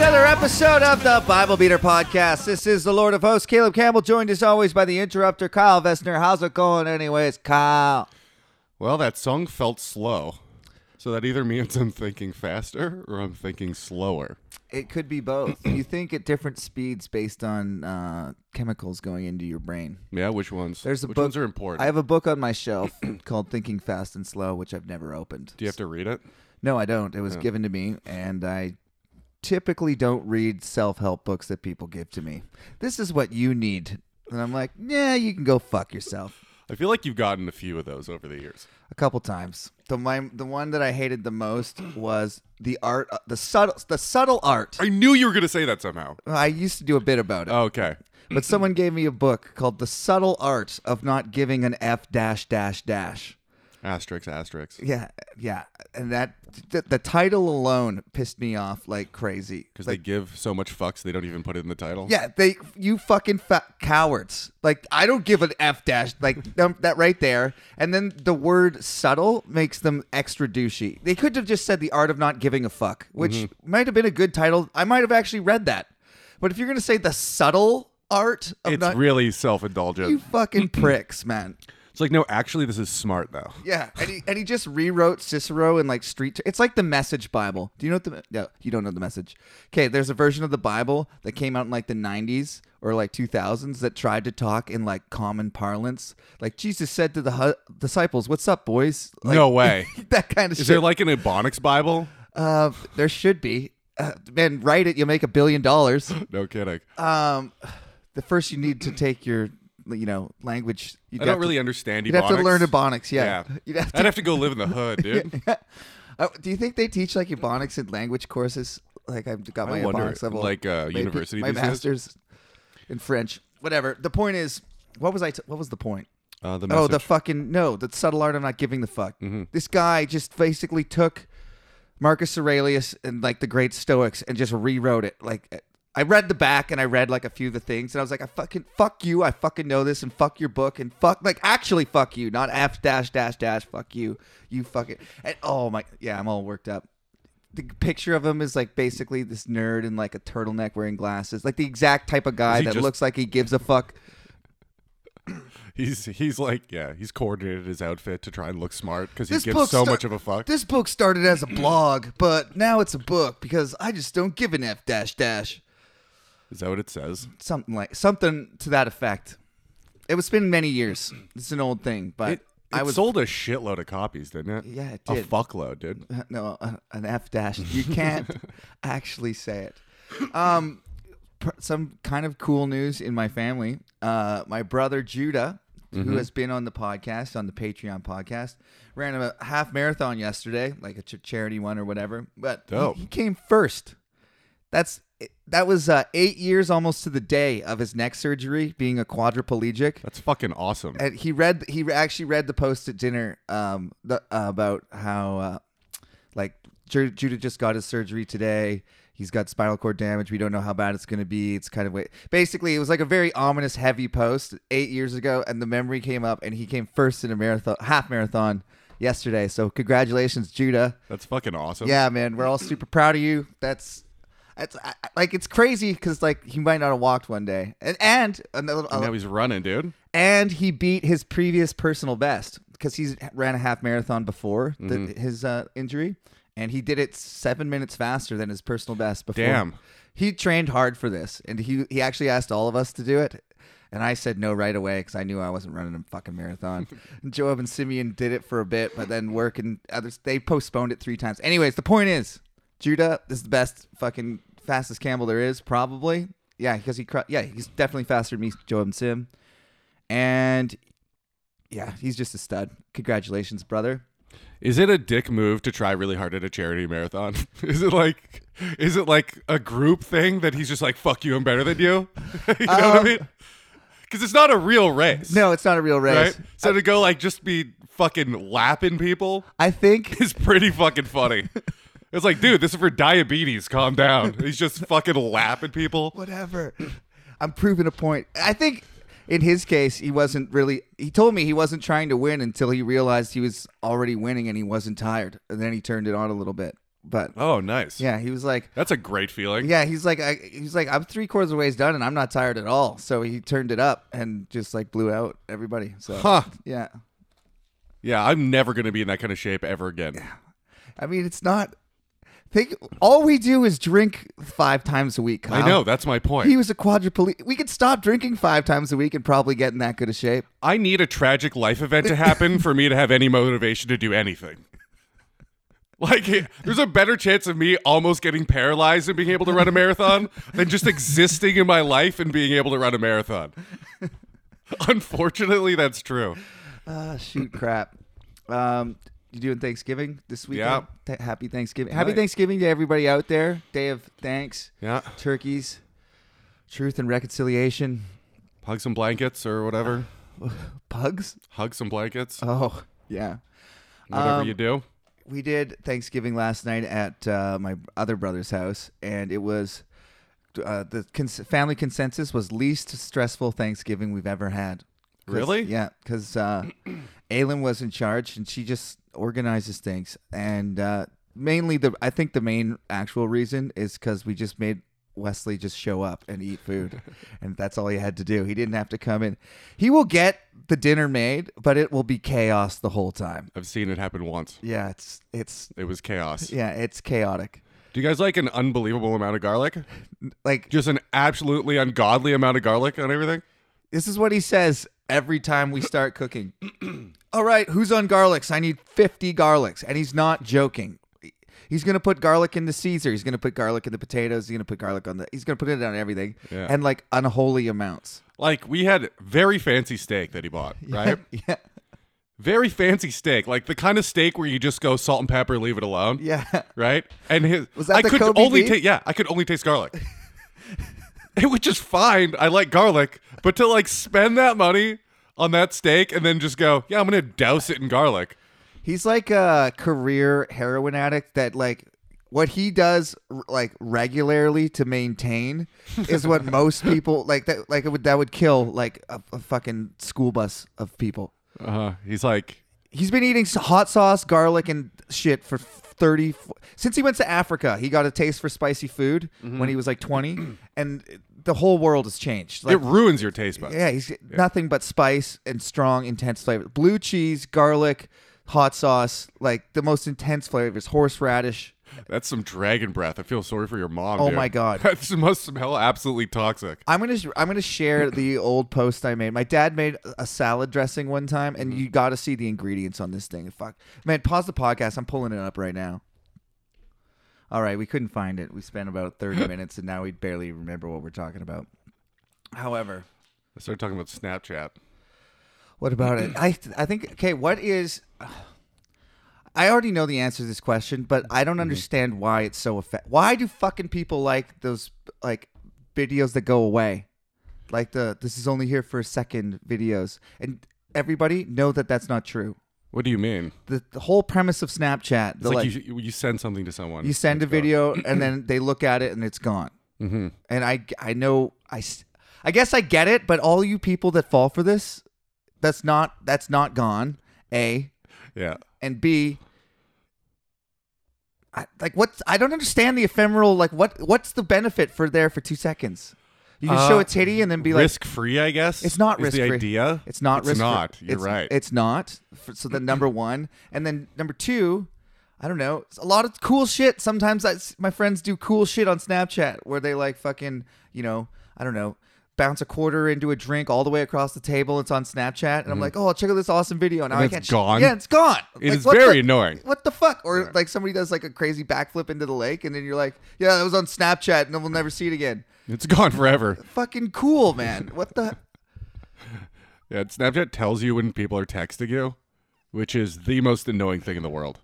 episode of the Bible Beater Podcast. This is the Lord of Hosts, Caleb Campbell, joined as always by the interrupter, Kyle Vestner. How's it going, anyways, Kyle? Well, that song felt slow. So that either means I'm thinking faster or I'm thinking slower. It could be both. you think at different speeds based on uh, chemicals going into your brain. Yeah, which ones? There's a which book. ones are important? I have a book on my shelf called Thinking Fast and Slow, which I've never opened. Do you have to read it? No, I don't. It was given to me, and I typically don't read self help books that people give to me. This is what you need. And I'm like, yeah, you can go fuck yourself I feel like you've gotten a few of those over the years. a couple times. The my, the one that I hated the most was the art, uh, the subtle, the subtle art. I knew you Uh, were going to say that somehow. I used to do a bit about it, Okay. but someone gave me a book called "The Subtle Art of Not Giving an F Dash Dash Dash." Asterisk, asterisk. Yeah, yeah, and that th- the title alone pissed me off like crazy. Because Like, they give so much fucks, they don't even put it in the title. yeah, they you fucking fa- cowards. Like I don't give an F dash like them, that right there. And then the word subtle makes them extra douchey. They could have just said the art of not giving a fuck, which might have been a good title. I might have actually read that. But if you're gonna say the subtle art of It's not really you self-indulgent. fucking pricks, man. It's like, no, actually, this is smart, though. Yeah, and he and he just rewrote Cicero in like street. it's like the Message Bible. Do you know what the? No, you don't know the Message. Okay, there's a version of the Bible that came out in like the '90s or like 2000s that tried to talk in like common parlance. Like Jesus said to the hu- disciples, "What's up, boys?" Like, no way. that kind of shit. Is there like an Ebonics Bible? uh, there should be. Uh, man, write it. You'll make a billion dollars. No kidding. Um, the first you need to take your, you know, language. You'd I have don't to- really understand You'd Ebonics. have to learn Ebonics. Yeah. You'd have to I'd have to go live in the hood, dude. Uh, do you think they teach like ebonics in language courses? Like I've got my I wonder, ebonics level, like, uh, my P- university my these days? masters in French. Whatever. The point is, what was I? T- what was the point? Uh, Oh, the message. Mm-hmm. the fucking no, the subtle art of not giving the fuck. This guy just basically took Marcus Aurelius and like the great Stoics and just rewrote it. Like I read the back and I read like a few of the things and I was like, I fucking fuck you, I fucking know this and fuck your book and fuck like actually fuck you, not f dash dash dash fuck you, you fucking and oh my yeah, I'm all worked up. The picture of him is like basically this nerd in like a turtleneck wearing glasses, like the exact type of guy he that just- looks like he gives a fuck. He's he's like yeah he's coordinated his outfit to try and look smart because he This gives book so sta- much of a fuck. This book started as a blog, but now it's a book because I just don't give an f dash dash Is that what it says? something like something to that effect. It was been many years. It's an old thing, but It, I it was sold a shitload of copies, didn't it? Yeah, it A did. fuckload, dude. no uh, an f dash. You can't actually say it. Um, pr- some kind of cool news in my family. Uh, my brother Judah, who has been on the podcast on the Patreon podcast, ran a half marathon yesterday, like a ch- charity one or whatever. But he- Dope. he came first. That's that was uh, eight years almost to the day of his neck surgery, being a quadriplegic That's fucking awesome. and he read he actually read the post at dinner um the, uh, about how uh, like Ju- Judah just got his surgery today. He's got spinal cord damage. We don't know how bad it's going to be. It's kind of wa- basically it was like a very ominous, heavy post eight years ago, and the memory came up, and he came first in a marathon, half marathon yesterday. So congratulations, Judah. That's fucking awesome. Yeah, man, we're all super proud of you. That's that's I, I- like it's crazy because like he might not have walked one day, and and another And now he's running, dude. and he beat his previous personal best because he's ran a half marathon before the, his uh, injury, and he did it seven minutes faster than his personal best before. Damn. he trained hard for this, and he he actually asked all of us to do it. And I said no right away because I knew I wasn't running a fucking marathon. Joab and Simeon did it for a bit, but then work and others they postponed it three times. Anyways, the point is, Judah is the best fucking fastest Campbell there is probably. Yeah, because he cr- yeah he's definitely faster than me, Joab and Sim. And yeah, he's just a stud. Congratulations, brother. Is it a dick move to try really hard at a charity marathon? is it like is it like a group thing that he's just like fuck you, I'm better than you? you know what I Um, mean? Because it's not a real race. No, it's not a real race. Right? So to go like just be fucking lapping people I think is pretty fucking funny. It's like, dude, this is for diabetes. Calm down. He's just fucking lapping people. whatever. I'm proving a point. I think in his case, he wasn't really. He told me he wasn't trying to win until he realized he was already winning and he wasn't tired. And then he turned it on a little bit. But Oh, nice. yeah, he was like, That's a great feeling. yeah, he's like, I, he's like, I'm three quarters of the ways done, and I'm not tired at all. So he turned it up and just like blew out everybody. So Huh. yeah, Yeah, I'm never going to be in that kind of shape ever again. I mean, it's not. Think all we do is drink five times a week. Kyle. I know. That's my point. He was a quadriplegic. We could stop drinking five times a week and probably get in that good of shape. I need a tragic life event to happen for me to have any motivation to do anything. Like, it- there's a better chance of me almost getting paralyzed and being able to run a marathon than just existing in my life and being able to run a marathon. Unfortunately, that's true. Ah, shoot, crap. Um, you doing Thanksgiving this weekend? Yeah. Th- happy Thanksgiving. Happy Right. Thanksgiving to everybody out there. Day of thanks. Yeah. Turkeys, truth and reconciliation. Hug some blankets or whatever. Pugs. Hug some blankets. Oh yeah. Whatever um, you do. we did Thanksgiving last night at uh, my other brother's house, and it was uh, the cons- family consensus was least stressful Thanksgiving we've ever had. 'Cause- Really? Yeah, because uh, Aylin was in charge, and she just organizes things. And uh, mainly, the I think the main actual reason is because we just made Wesley just show up and eat food, and that's all he had to do. He didn't have to come in. He will get the dinner made, but it will be chaos the whole time. I've seen it happen once. Yeah, it's it's It was chaos. yeah, it's chaotic. Do you guys like an unbelievable amount of garlic? Like Just an absolutely ungodly amount of garlic on everything? this is what he says every time we start cooking. All right, who's on garlics? I need 50 garlics. And he's not joking. He's going to put garlic in the Caesar. He's going to put garlic in the potatoes. He's going to put garlic on the He's going to put it on everything Yeah. and like unholy amounts. Like we had very fancy steak that he bought, right? Yeah. Very fancy steak, like the kind of steak where you just go salt and pepper, leave it alone. Yeah. Right? And his Was that I the could Kobe only beef? taste yeah, I could only taste garlic. it was just fine. I like garlic, but to like spend that money on that steak and then just go, yeah, I'm gonna douse it in garlic. He's like a career heroin addict that like what he does r- like regularly to maintain is what most people like that like it would that would kill like a, a fucking school bus of people. Uh, he's like, He's been eating s- hot sauce, garlic, and shit for 30. f- Since he went to Africa, he got a taste for spicy food when he was like 20, and the whole world has changed. Like, it ruins your taste buds. yeah, he's nothing but spice and strong, intense flavor. Blue cheese, garlic, hot sauce, like the most intense flavors, horseradish. That's some dragon breath. I feel sorry for your mom. Oh dude. my God. that must smell absolutely toxic. I'm gonna sh- I'm gonna share the old post I made. My dad made a salad dressing one time, and you got to see the ingredients on this thing. Fuck, man, pause the podcast. I'm pulling it up right now. All right, we couldn't find it. We spent about 30 minutes, and now we barely remember what we're talking about. However, I started talking about Snapchat. what about it? I I think okay. What is? I already know the answer to this question, but I Mm-hmm. don't understand why it's so effective. Why do fucking people like those like videos that go away, like the "this is only here for a second videos? And everybody know that that's not true. What do you mean? The, the whole premise of Snapchat, the It's like, like, you, you send something to someone. you send a It's gone. video and then they look at it and it's gone. Mm-hmm. And I, I know, I, s- I guess I get it, but all you people that fall for this, that's not, that's not gone. A Yeah. and B. I, like what's I don't understand the ephemeral. Like what, what's the benefit for there for two seconds? You can show Uh, a titty and then be like, risk free, I guess. it's not is risk the free. idea. It's not It's risk. not. You're it's, right. It's not. F- So then number one, and then number two, I don't know. It's a lot of cool shit. Sometimes I s my friends do cool shit on Snapchat where they like fucking you know I don't know bounce a quarter into a drink all the way across the table. It's on Snapchat, and I'm like, oh, check out this awesome video. Now I Mm-hmm. it's can't. sh- gone? yeah, it's gone. It is what very the- annoying. What the fuck? Or like somebody does like a crazy backflip into the lake, and then you're like, yeah, that was on Snapchat, and then we'll never see it again. it's gone forever. Fucking cool, man. What the. Yeah, Snapchat tells you when people are texting you, which is the most annoying thing in the world.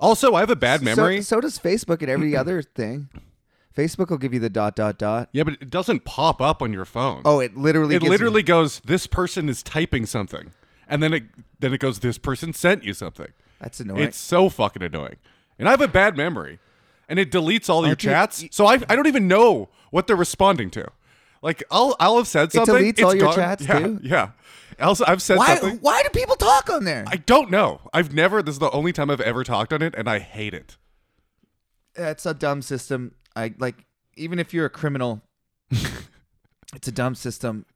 Also, I have a bad memory. So, so does Facebook and every other thing. Facebook will give you the dot dot dot. yeah, but it doesn't pop up on your phone. Oh, it literally. it gives you- literally goes, "This person is typing something," and then it then it goes, "This person sent you something." that's annoying. It's so fucking annoying. And I have a bad memory. And it deletes all your dude, chats. y- so I, I don't even know what they're responding to. Like I'll I'll have said something. deletes it's all your gone. chats, yeah, too? Yeah. Also I've said why? something. Why do people talk on there? I don't know. I've never this is the only time I've ever talked on it and I hate it. it's a dumb system. I like even if you're a criminal, it's a dumb system.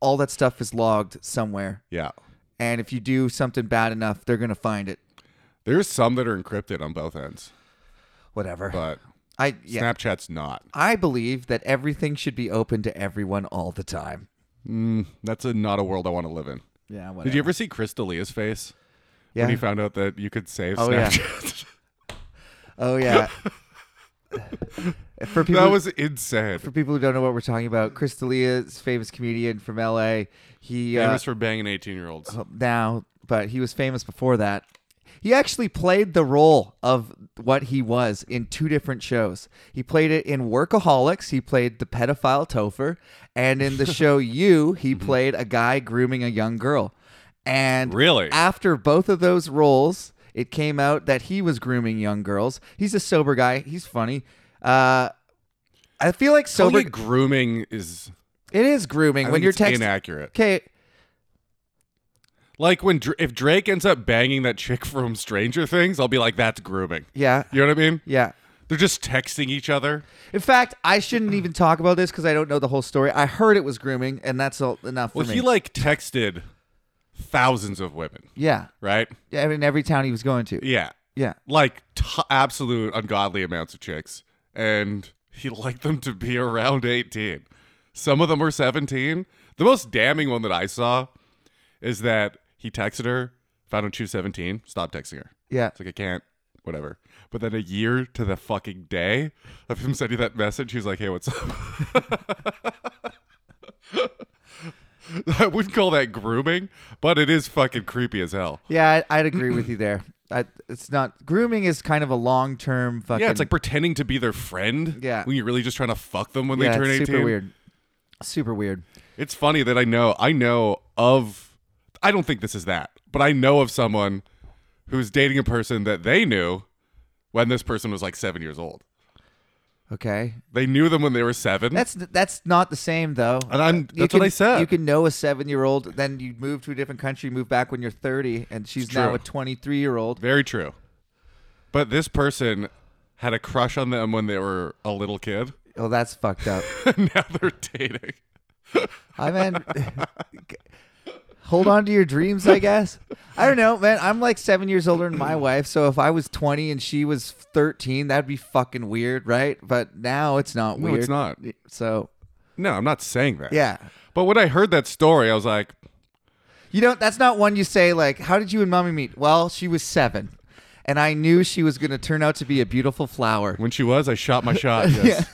All that stuff is logged somewhere, Yeah. and if you do something bad enough, they're gonna find it. There's some that are encrypted on both ends, Whatever. but I yeah. Snapchat's not. I believe that everything should be open to everyone all the time. That's a, not a world I want to live in. Yeah. Whatever. Did you ever see Chris D'Elia's face Yeah. when he found out that you could save Oh, yeah. Snapchat? oh yeah. for people, that was insane. for people who don't know what we're talking about, Chris D'Elia is a famous comedian from LA. He uh, Famous for banging 18 year Oh, olds. now, but he was famous before that. He actually played the role of what he was in two different shows. He played it in Workaholics, he played the pedophile Topher, and in the show You, he Mm-hmm. played a guy grooming a young girl. And Really? after both of those roles, it came out that he was grooming young girls. He's a sober guy, he's funny. Uh I feel like sober Totally grooming is it is grooming I when think you're it's texting. inaccurate. Okay, Like when Dr- if Drake ends up banging that chick from Stranger Things, I'll be like, that's grooming. yeah. You know what I mean? Yeah. They're just texting each other. In fact, I shouldn't even talk about this because I don't know the whole story. I heard it was grooming, and that's all, enough for Well, me. he like texted thousands of women, yeah, right? yeah. I mean, every town he was going to. Yeah, Yeah, like t- absolute ungodly amounts of chicks, and he liked them to be around eighteen. Some of them were seventeen. The most damning one that I saw is that he texted her, found out she was seventeen, stopped texting her. yeah. It's like I can't, whatever. But then a year to the fucking day of him sending that message, he's like, "Hey, what's up?" I wouldn't call that grooming, but it is fucking creepy as hell. Yeah, I, I'd agree with you there. I, it's not grooming is kind of a long term fucking. Yeah, it's like pretending to be their friend. Yeah. when you're really just trying to fuck them when yeah, they turn it's eighteen. super weird. Super weird. It's funny that I know I know of. I don't think this is that, but I know of someone who's dating a person that they knew when this person was like seven years old. Okay, They knew them when they were seven. that's that's not the same though. Mm. And I'm- You that's what I can- said. You can know a seven year old, then you move to a different country, move back when you're thirty, and she's now true. a twenty three year old. Very true. But this person had a crush on them when they were a little kid. Oh, that's fucked up. now they're dating. I mean, hold on to your dreams, I guess. I don't know, man. I'm like seven years older than my wife, so if I was 20 and she was 13, that'd be fucking weird, right? But now it's not No, weird. it's not. So No, I'm not saying that. yeah, But when I heard that story, I was like, you know, that's not one you say like, "How did you and mommy meet?" Well, she was seven, and I knew she was gonna turn out to be a beautiful flower. when she was, I shot my shot. Yes.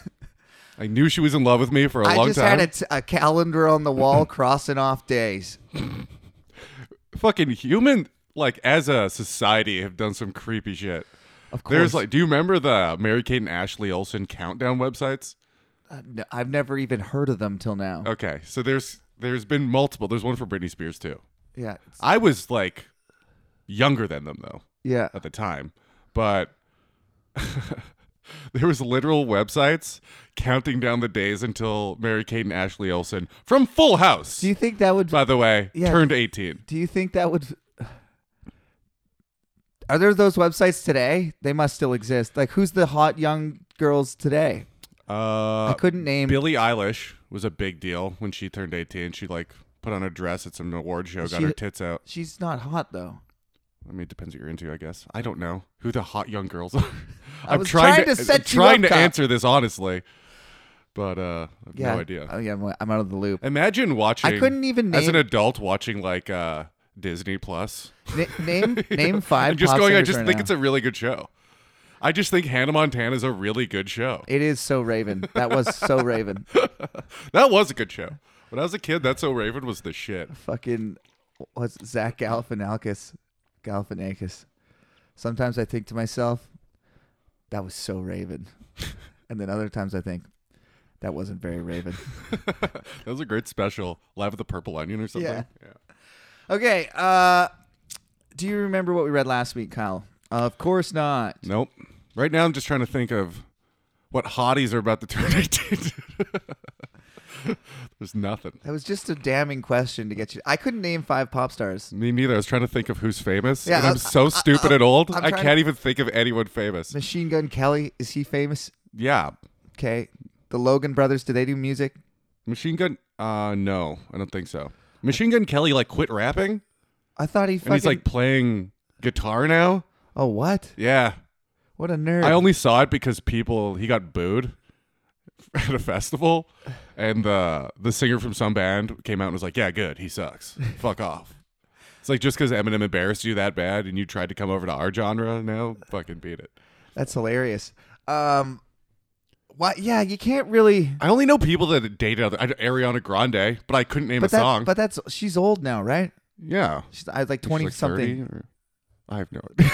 I knew she was in love with me for a I long just time. had a, t- a calendar on the wall crossing off days. Fucking human, like as a society, have done some creepy shit. Of course, There's like, do you remember the Mary Kate and Ashley Olsen countdown websites? Uh, no, I've never even heard of them till now. Okay, so there's there's been multiple. There's one for Britney Spears too. Yeah, it's- I was like younger than them though. yeah. at the time, but there was literal websites counting down the days until Mary Kate and Ashley Olsen from Full House, Do you think that would by the way, Yeah. turned 18. Do you think that would? Are there those websites today? They must still exist. Like, who's the hot young girls today? I Uh, couldn't name. Billie Eilish was a big deal when she turned 18. She like put on a dress at some award show, got She- her tits out. She's not hot though. I mean, it depends what you're into, I guess. I don't know who the hot young girls are. I'm was trying, trying to set I'm you trying up, to Kyle. answer this honestly, but uh, I have Yeah. no idea. Oh yeah, I'm- I'm out of the loop. Imagine watching. I couldn't even as an name- adult watching like uh, Disney Plus. Na- name name five. I'm just pop going. I singers just right think now. it's a really good show. I just think Hannah Montana is a really good show. It is so Raven. That was so Raven. That was a good show. When I was a kid, That's So Raven was the shit. Fucking what's Zach Galifianakis? Galifianakis. Sometimes I think to myself, that was so Raven, and then other times I think that wasn't very Raven. That was a great special. Live at the Purple Onion or something. Yeah. Okay. Uh, do you remember what we read last week, Kyle? of course not. Nope. Right now, I'm just trying to think of what hotties are about to turn 18. There's nothing. That was just a damning question to get you. I couldn't name five pop stars. Me neither. I was trying to think of who's famous. Yeah, and I- I'm so stupid and old. I'm I trying can't even think of anyone famous. Machine Gun Kelly, is he famous? Yeah. Okay. The Logan brothers, do they do music? Machine Gun uh no, I don't think so. Machine Gun Kelly like quit rapping I thought he and fucking. he's like playing guitar now. oh what? Yeah. What a nerd! I only saw it because people he got booed at a festival and the the singer from some band came out and was like, "Yeah, good. He sucks. Fuck off." It's like just cuz Eminem embarrassed you that bad and you tried to come over to our genre now, fucking beat it. That's hilarious. Um, why? Yeah, you can't really. I only know people that dated other I, Ariana Grande, but I couldn't name But a that, song. but that's she's old now, right? yeah. She's I was like She's twenty like 30 something. or- I have no idea.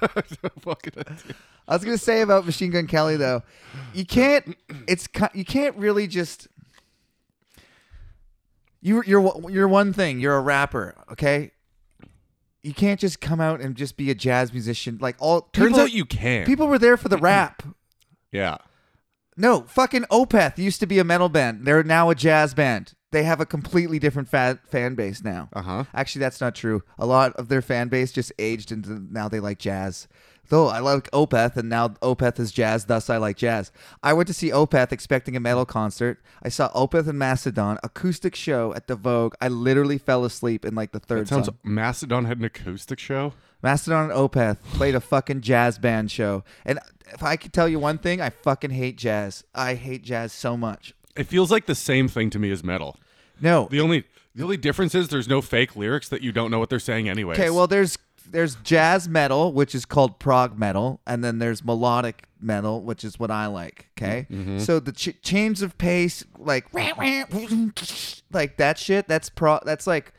I don't fucking idea. I was gonna say about Machine Gun Kelly though, you can't. It's ki- you can't really just. You you're one- you're one thing. You're a rapper, okay. You can't just come out and just be a jazz musician. Like all Turns people- out you can. people were there for the rap. yeah. No, fucking Opeth used to be a metal band. They're now a jazz band. They have a completely different fa- fan base now. Uh huh. Actually, that's not true. A lot of their fan base just aged into now they like jazz. Though I like Opeth, and now Opeth is jazz, thus I like jazz. I went to see Opeth expecting a metal concert. I saw Opeth and Mastodon acoustic show at the Vogue. I literally fell asleep in like the third It sounds song. Mastodon had an acoustic show. Mastodon and Opeth played a fucking jazz band show. And if I could tell you one thing, I fucking hate jazz. I hate jazz so much. It feels like the same thing to me as metal. No. The only the only difference is there's no fake lyrics that you don't know what they're saying anyways. Okay, well there's there's jazz metal, which is called prog metal, and then there's melodic metal, which is what I like. Okay, Mm-hmm. so the ch- change of pace, like like that shit, that's pro, that's like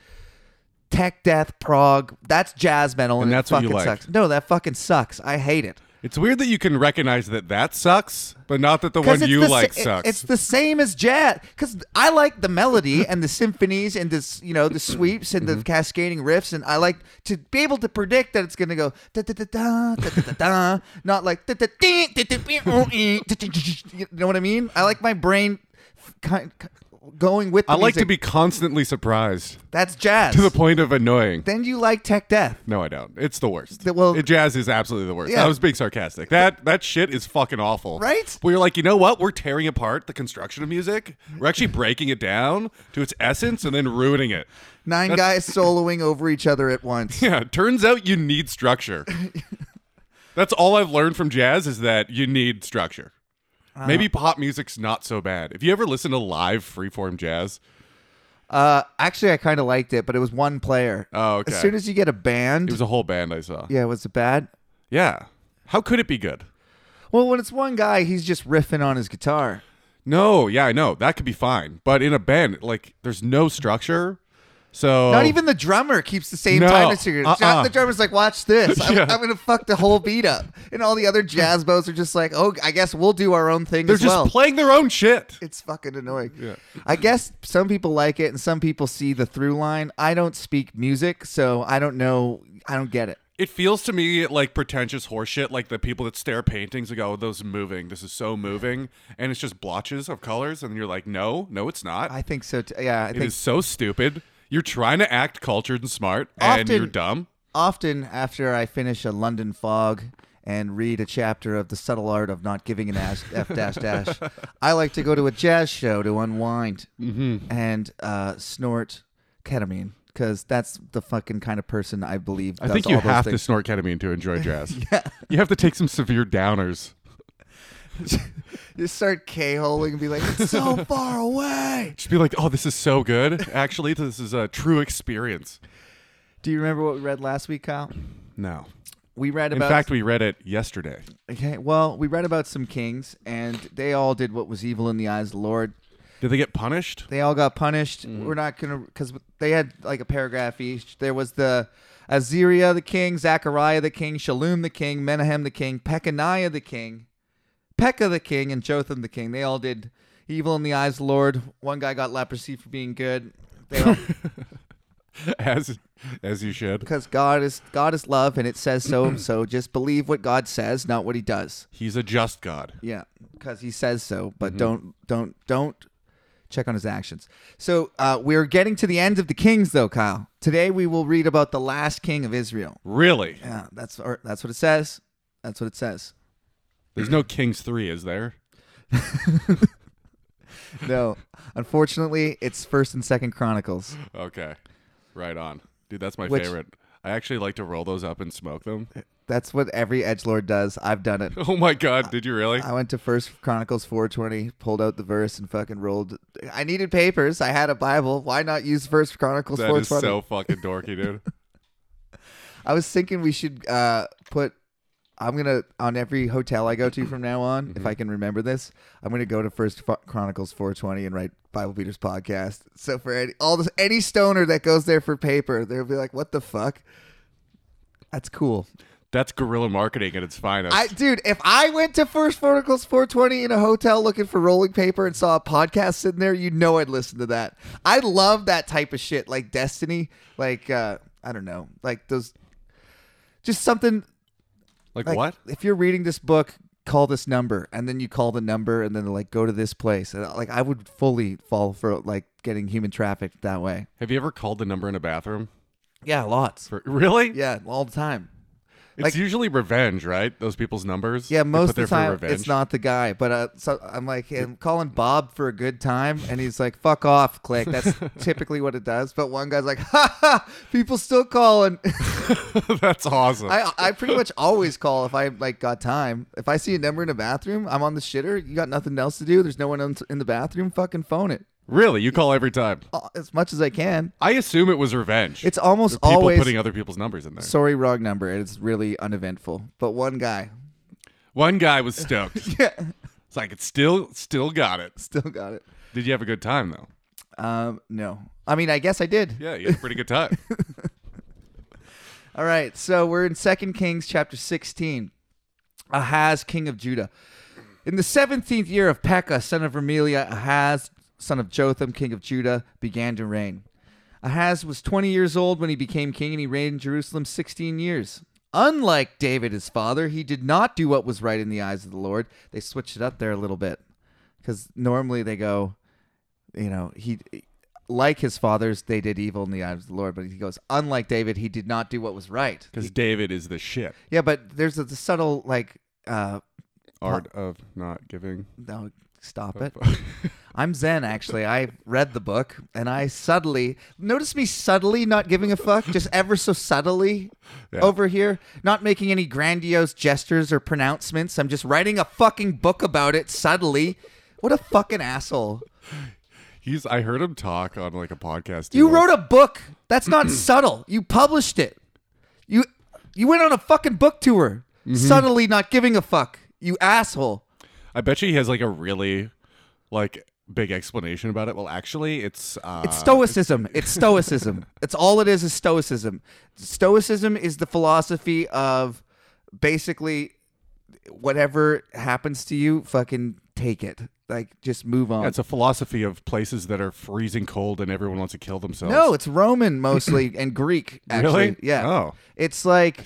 tech death prog. That's jazz metal, and, And it that's what you fucking like. sucks. No, that fucking sucks. I hate it. it's weird that you can recognize that that sucks, but not that the 'Cause one it's you the sa- like it- sucks. It's the same as jazz. Because I like the melody and the symphonies and this, you know, the sweeps and Mm-hmm. the cascading riffs, and I like to be able to predict that it's gonna go da da da da da da da, da, not like da da dee, da da dee, oh, eh, da, da, da, da. you know what I mean? I like my brain f- kind going with. The I like to music. be constantly surprised That's jazz. to the point of annoying. then you like tech death. No, I don't. It's the worst. The- well- It- jazz is absolutely the worst. Yeah. I was being sarcastic. That that shit is fucking awful. Right? Where you're like, you know what? We're tearing apart the construction of music. We're actually breaking it down to its essence and then ruining it. Nine guys soloing over each other at once. Yeah. it Turns out you need structure. That's all I've learned from jazz is that you need structure. Uh-huh. Maybe pop music's not so bad. If you ever listen to live freeform jazz, Uh, actually, I kind of liked it, but it was one player. Oh, okay. As soon as you get a band, it was a whole band I saw. yeah, was it bad? yeah. How could it be good? Well, when it's one guy, he's just riffing on his guitar. No, yeah, I know. That could be fine. But in a band, like there's no structure. So Not even the drummer keeps the same Oh. No. time as you. It's Uh-uh. not- The drummer's like, "Watch this! I'm, Yeah. I'm gonna fuck the whole beat up." And all the other jazz bows are just like, "Oh, I guess we'll do our own thing they're as just well." playing their own shit. it's fucking annoying. I guess some people like it, and some people see the through line. I don't speak music, so I don't know. I don't get it. It feels to me like pretentious horseshit, like the people that stare at paintings and go, oh, those are moving. This is so moving. And it's just blotches of colors. And you're like, no, no, it's not. I think so. T- yeah, I it think is so stupid. You're trying to act cultured and smart, and Often- you're dumb. often after I finish a London fog and read a chapter of the subtle art of not giving an ass f dash dash, I like to go to a jazz show to unwind Mm-hmm. and uh, snort ketamine because that's the fucking kind of person I believe. I does think you all those have to things. snort ketamine to enjoy jazz. You have to take some severe downers. You start k-holing and be like, "It's so far away." Just be like, oh, this is so good. Actually, this is a true experience. Do you remember what we read last week, Kyle? No. We read In about. fact, we read it yesterday. okay, well, we read about some kings, and they all did what was evil in the eyes of the Lord. Did they get punished? They all got punished. We're not gonna because they had like a paragraph each. There was the Azariah the king, Zechariah the king, Shalom the king, Menahem the king, Pekaniah the king, Pekah the king, and Jotham the king. They all did evil in the eyes of the Lord. One guy got leprosy for being good. They all, As as you should. because God is God is love, and it says so. So just believe what God says, not what He does. He's a just God. Mm-hmm. Yeah, because He says so. But don't don't don't check on his actions. So uh, we're getting to the end of the kings, though, Kyle. Today we will read about the last king of Israel. Really? Yeah, that's or, that's what it says. That's what it says. There's no Kings 3, is there? No, unfortunately, it's First and Second Chronicles. Okay. Right on. Dude, that's my Which- favorite. I actually like to roll those up and smoke them. That's what every edge lord does. I've done it. Oh my god, did you really? I went to First Chronicles 420, pulled out the verse, and fucking rolled. I needed papers. I had a Bible. Why not use First Chronicles That is 420? so fucking dorky, dude. I was thinking we should uh, put. I'm gonna on every hotel I go to from now on, if I can remember this, I'm gonna go to First Fu- Chronicles 420 and write Bible Beaters podcast. So for any, all this, any stoner that goes there for paper, they'll be like, "What the fuck." That's cool. That's guerrilla marketing at its finest. I dude, if I went to First Chronicles 420 in a hotel looking for rolling paper and saw a podcast sitting there, you know I'd listen to that. I love that type of shit, like Destiny, like uh I don't know, like those, just something. like, Like, what? If you're reading this book, call this number, and then you call the number, and then like go to this place. And, like I would fully fall for like getting human trafficked that way. Have you ever called the number in a bathroom? Yeah, lots. For really? Yeah, all the time. It's like- usually revenge, right? Those people's numbers. Yeah, They most put of the there for time revenge. it's not the guy. But uh, so I'm like, "Hey, I'm calling Bob for a good time, and he's like, "Fuck off, click." That's typically what it does. But one guy's like, "Ha ha, people still calling." That's awesome. I I pretty much always call if I like got time. If I see a number in a bathroom, I'm on the shitter. You got nothing else to do. There's no one else in the bathroom. Fucking phone it really, you call every time. Uh, as much as I can. I assume it was revenge. It's almost people always putting other people's numbers in there. sorry wrong number. and It's really uneventful. But one guy One guy was stoked. It's like it's still still got it. still got it. Did you have a good time though? Um, no, I mean I guess I did. Yeah, you had a pretty good time. All right, so we're in 2 Kings chapter 16. Ahaz, king of Judah. In the 17th year of Pekah, son of Remaliah, Ahaz, son of Jotham, king of Judah, began to reign. Ahaz was 20 years old when he became king, and he reigned in Jerusalem 16 years. Unlike David, his father, he did not do what was right in the eyes of the Lord. They switched it up there a little bit because normally they go, you know, he like his fathers, they did evil in the eyes of the Lord. But he goes, unlike David, he did not do what was right. Because David is the shit. Yeah, but there's a the subtle like, uh, Art of not giving. no, stop it. I'm Zen actually. I read the book and I subtly notice me subtly not giving a fuck, just ever so subtly Yeah. over here, not making any grandiose gestures or pronouncements. I'm just writing a fucking book about it subtly. What a fucking asshole. He's I heard him talk on like a podcast. You wrote a book. That's not subtle. You published it. You you went on a fucking book tour. Subtly not giving a fuck. You asshole. I bet you he has like a really like big explanation about it. Well, actually, it's uh It's stoicism. It's stoicism. It's all it is is stoicism. Stoicism is the philosophy of basically whatever happens to you, fucking take it. Like just move on. it's a philosophy of places that are freezing cold and everyone wants to kill themselves. no, it's Roman mostly and Greek actually. Really? Yeah. Oh. It's like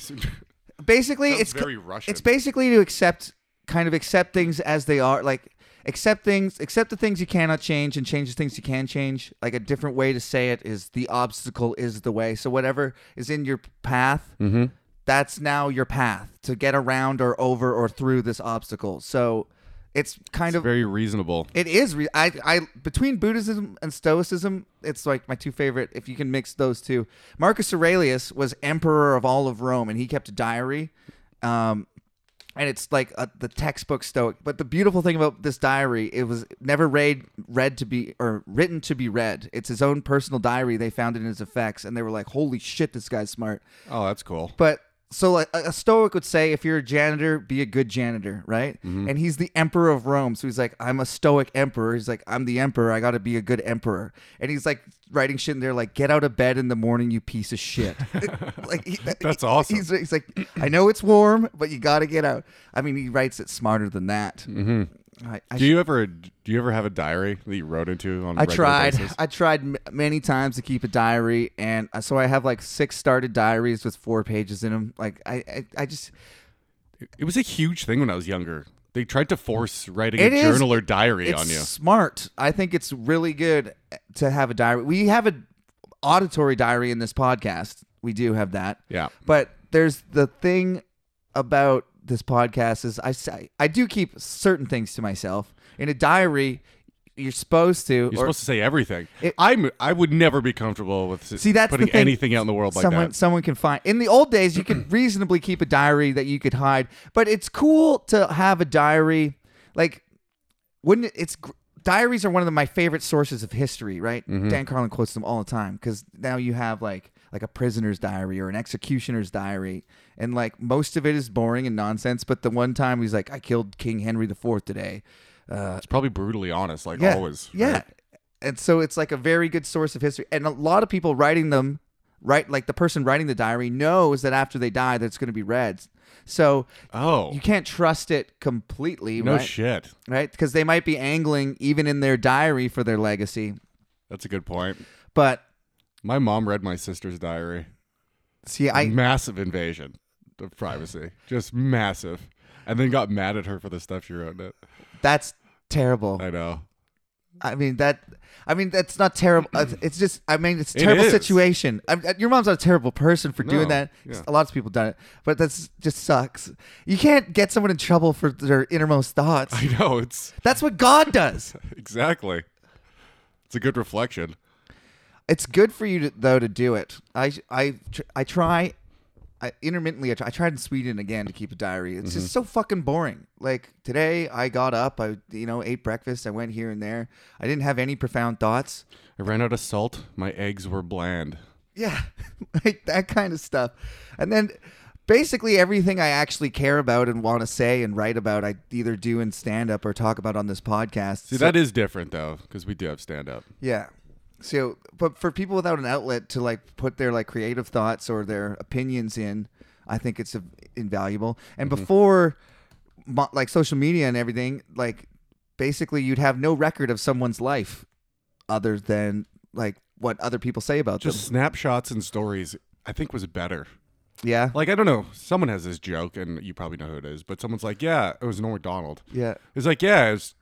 basically Sounds it's very Russian. It's basically to accept kind of accept things as they are, like accept things, accept the things you cannot change and change the things you can change. Like a different way to say it is the obstacle is the way. So whatever is in your path, Mm-hmm. that's now your path to get around or over or through this obstacle. So it's kind of very reasonable. it is. Re- I, I between Buddhism and Stoicism, it's like my two favorite. If you can mix those two, Marcus Aurelius was emperor of all of Rome, and he kept a diary. Um, and it's like a, the textbook Stoic. But the beautiful thing about this diary, it was never read read to be or written to be read. It's his own personal diary. They found it in his effects, and they were like, "Holy shit, this guy's smart." Oh, that's cool. But so like a a stoic would say, if you're a janitor, be a good janitor, right? Mm-hmm. And he's the emperor of Rome, so he's like, I'm a stoic emperor. He's like, I'm the emperor. I got to be a good emperor. And he's like writing shit in there, like, get out of bed in the morning, you piece of shit. like he- That's awesome. He's, he's like, I know it's warm, but you got to get out. I mean, he writes it smarter than that. Mm-hmm. I, I Do you ever do you ever have a diary that you wrote into on? a I regular tried. basis? I tried m- many times to keep a diary, and uh, so I have like six started diaries with four pages in them. Like I, I, I just It was a huge thing when I was younger. They tried to force writing It a is- journal or diary it's on you. smart. I think it's really good to have a diary. We have an auditory diary in this podcast. We do have that. Yeah. But there's the thing about this podcast is I say I do keep certain things to myself. In a diary, you're supposed to. You're or- supposed to say everything. It- I'm. I would never be comfortable with s- See, that's the putting thing. anything out in the world like someone, that. Someone can find. In the old days, you could reasonably keep a diary that you could hide, but it's cool to have a diary. Like, wouldn't it, it's gr- diaries are one of the- my favorite sources of history. Right? Mm-hmm. Dan Carlin quotes them all the time because now you have like like a prisoner's diary or an executioner's diary, and like most of it is boring and nonsense. But the one time he's like, "I killed King Henry IV today." It's probably brutally honest, like yeah, always. Yeah. right? And so it's like a very good source of history. And a lot of people writing them, right? Like the person writing the diary knows that after they die, that it's going to be read. So Oh you can't trust it completely, no right? shit. right? Because they might be angling even in their diary for their legacy. That's a good point. But My mom read my sister's diary. see, I massive invasion of privacy, just massive, and then got mad at her for the stuff she wrote in it. that's terrible. I know. I mean that. I mean that's not terrible. Uh, It's just. I mean it's a It terrible is. situation. I, I- your mom's not a terrible person for doing No, that. yeah. A lot of people done it, but that's just sucks. You can't get someone in trouble for their innermost thoughts. I know. It's that's what God does. exactly. It's a good reflection. It's good for you to, though to do it. I I tr- I try. I intermittently, I, try, I tried in Sweden again to keep a diary. It's just Mm-hmm. so fucking boring. Like today, I got up, I you know ate breakfast, I went here and there. I didn't have any profound thoughts. I ran out of salt. My eggs were bland. Yeah, like that kind of stuff. And then basically everything I actually care about and want to say and write about, I either do in stand up or talk about on this podcast. See, So- that is different though, because we do have stand up. yeah. So, but for people without an outlet to like put their like creative thoughts or their opinions in, I think it's uh, invaluable. And Mm-hmm. before mo- like social media and everything, like basically you'd have no record of someone's life other than like what other people say about Just snapshots and stories. I think was them. better. Yeah. Like I don't know. Someone has this joke, and you probably know who it is. But someone's like, "Yeah, it was Norm Macdonald." Yeah. It's like, yeah, it's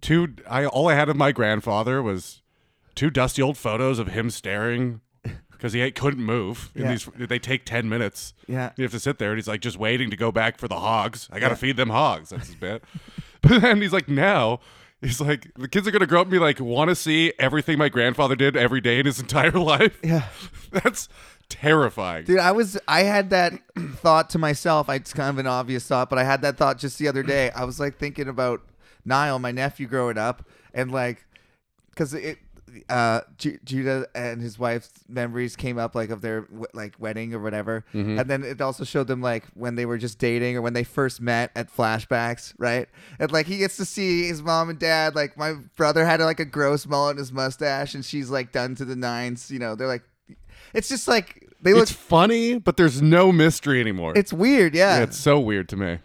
two. I all I had of my grandfather was two dusty old photos of him staring because he couldn't move. In Yeah. these, they take ten minutes. Yeah. you have to sit there, and he's like just waiting to go back for the hogs. I gotta feed them hogs. That's his bit. but then he's like, now. He's like, the kids are gonna grow up and be like, want to see everything my grandfather did every day in his entire life. Yeah. that's terrifying. Dude, I was I had that thought to myself. I- It's kind of an obvious thought, but I had that thought just the other day. I was like thinking about Niall, my nephew, growing up, and like, because it. Uh, Ju- Judah and his wife's memories came up like of their w- like wedding or whatever, and then it also showed them like when they were just dating or when they first met at flashbacks, right? And like he gets to see his mom and dad. Like my brother had like a gross mullet in his mustache, and she's like done to the nines. You know, they're like, it's just like they look It's funny, but there's no mystery anymore. it's weird, yeah. yeah, it's so weird to me.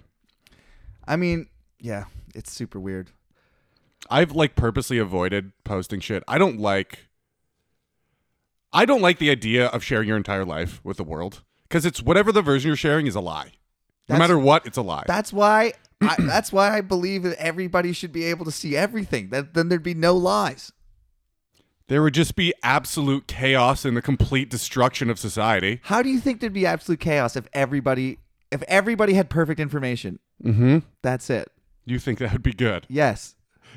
I mean, yeah, it's super weird. I've like purposely avoided posting shit. I don't like I don't like the idea of sharing your entire life with the world cuz it's whatever the version you're sharing is a lie. That's- no matter what, it's a lie. That's why I, that's why I believe that everybody should be able to see everything. That then there'd be no lies. there would just be absolute chaos and the complete destruction of society. How do you think there'd be absolute chaos if everybody if everybody had perfect information? Mhm. That's it. You think that would be good? Yes.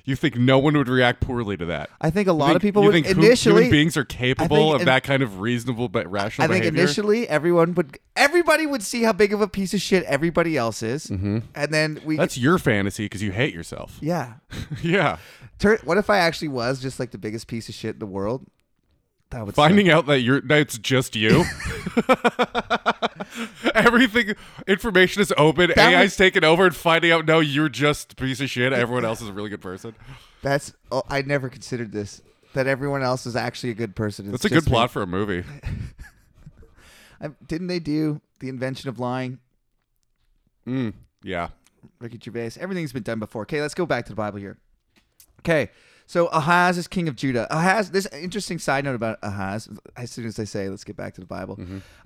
You think no one would react poorly to that? I think a lot You of think- people you would think hu- initially human beings are capable of in- that kind of reasonable but rational I think behavior? initially everyone would everybody would see how big of a piece of shit everybody else is. And then we Mm-hmm. That's your fantasy because you hate yourself. yeah. yeah. Tur- what if I actually was just like the biggest piece of shit in the world? That would suck. finding out that you're that it's just you everything information is open That ai's was- taken over and finding out no you're just a piece of shit everyone else is a really good person That's oh, I never considered this. That everyone else is actually a good person. It's that's a good just me. plot for a movie I, didn't they do the invention of lying? Mm, yeah Ricky Gervais. Everything's been done before. Okay, let's go back to the Bible here. Okay, so Ahaz is king of Judah. Ahaz. This interesting side note about Ahaz. As soon as I say, let's get back to the Bible.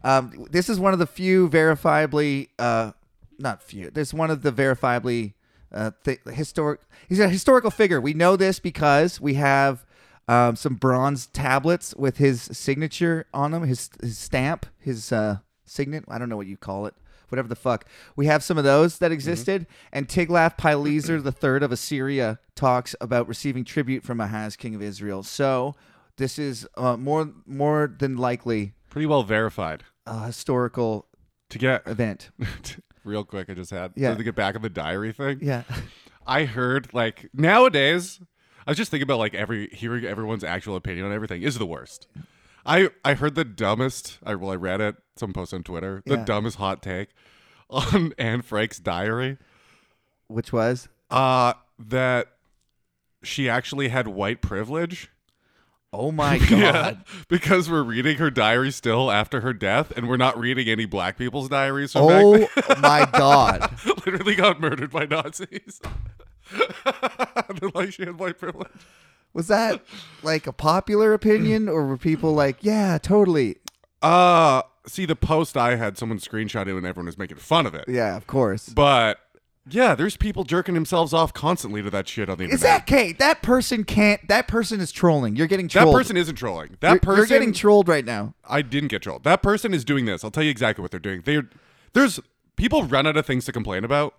Um, this is one of the few verifiably, uh, not few. There's one of the verifiably uh, th- historic. He's a historical figure. We know this because we have um, some bronze tablets with his signature on them, his his stamp, his uh, signet. I don't know what you call it. Whatever the fuck, we have some of those Mm-hmm. that existed, and Tiglath-Pileser the Third of Assyria talks about receiving tribute from Ahaz, king of Israel. So this is uh, more more than likely Pretty well verified. a historical To get event. real quick, I just had Yeah. to get back on the diary thing. Yeah. I heard like nowadays, I was just thinking about like every hearing everyone's actual opinion on everything is the worst. I I heard the dumbest. I well, I read it. Some post on Twitter. The Yeah. dumbest hot take on Anne Frank's diary. Which was Uh that she actually had white privilege. Oh my god. because we're reading her diary still after her death, and we're not reading any black people's diaries from back then. Oh my god. literally got murdered by Nazis. They're like she had white privilege. Was that like a popular opinion or were people like, yeah, totally. Uh see the post I had someone screenshot it and everyone was making fun of it. Yeah, of course. But yeah, there's people jerking themselves off constantly to that shit on the Is internet. that Kate? That person can't that person is trolling. You're getting that trolled. person isn't trolling. That you're, person you're getting trolled right now. I didn't get trolled. That person is doing this. I'll tell you exactly what they're doing. They're there's people run out of things to complain about,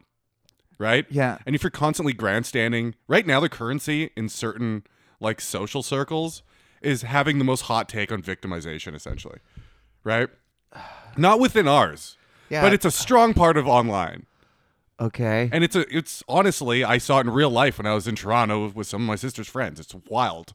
right? Yeah. And if you're constantly grandstanding, right now the currency in certain like social circles is having the most hot take on victimization, essentially, right? Not within ours, Yeah. but it's a strong part of online. Okay. And it's a it's honestly, I saw it in real life when I was in Toronto with some of my sister's friends. It's wild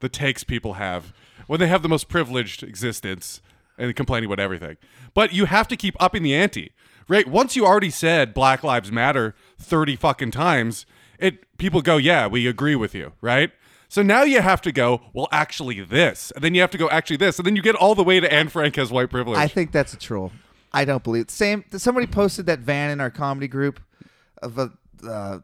the takes people have when they have the most privileged existence and complaining about everything. But you have to keep upping the ante. Right? Once you already said Black Lives Matter 30 fucking times, it people go, "Yeah, we agree with you." Right? So now you have to go, "Well, actually this." And then you have to go, "Actually this." And then you get all the way to Anne Frank has white privilege. I think that's a troll. I don't believe it. Same. Somebody posted that van in our comedy group of a, uh,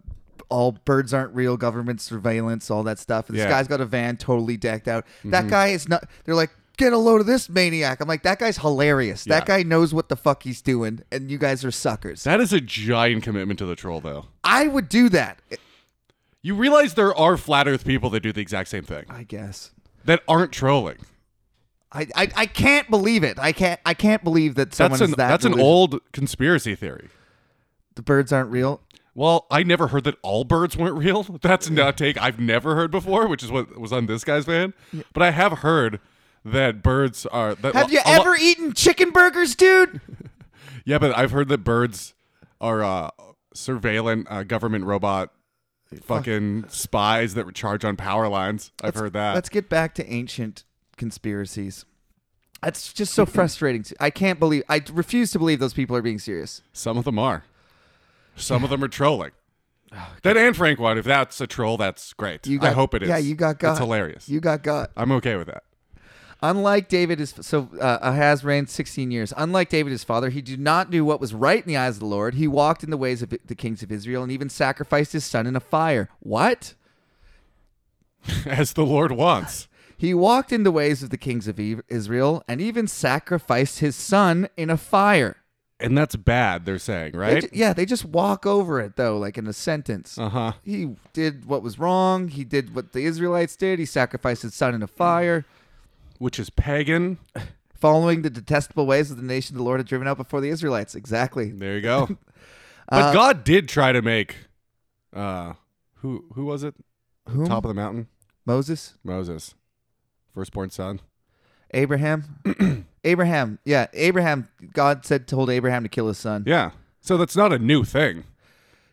all birds aren't real, government surveillance, all that stuff. And this Yeah. Mm-hmm. guy's got a van totally decked out. That guy is not. They're like, get a load of this maniac. I'm like, that guy's hilarious. That Yeah. guy knows what the fuck he's doing, and you guys are suckers. that is a giant commitment to the troll though. I would do that. You realize there are flat earth people that do the exact same thing I guess. that aren't trolling. I, I, I can't believe it. I can't I can't believe that someone That's an is that. that's an delusional. old conspiracy theory. The birds aren't real. Well, I never heard that all birds weren't real. That's not a take I've never heard before, which is what was on this guy's van. But I have heard that birds are that Have you a lo- ever eaten chicken burgers, dude? Yeah, but I've heard that birds are uh surveillant uh, government robot fucking spies that charge on power lines. I've heard that. Let's get back to ancient conspiracies. That's just so frustrating. to- I can't believe. I refuse to believe those people are being serious. Some of them are. Some of them are trolling. That Anne Frank one, if that's a troll, that's great. Oh, You got, I hope it is. Yeah, you got got. It's hilarious. You got got. I'm okay with that. Unlike David, is so uh, Ahaz reigned sixteen years. Unlike David, his father, he did not do what was right in the eyes of the Lord. He walked in the ways of the kings of Israel and even sacrificed his son in a fire. What? As the Lord wants. He walked in the ways of the kings of E- Israel and even sacrificed his son in a fire. And that's bad, they're saying, They right? ju- yeah, they just walk over it though, like in a sentence. Uh huh. he did what was wrong. He did what the Israelites did. He sacrificed his son in a fire, Which is pagan. following the detestable ways of the nation the Lord had driven out before the Israelites. Exactly. There you go. Uh, but God did try to make uh who who was it? Whom? Top of the mountain? Moses, Moses. Firstborn son. Abraham, Abraham. Yeah, Abraham. God said told Abraham to kill his son. Yeah, Yeah. So that's not a new thing.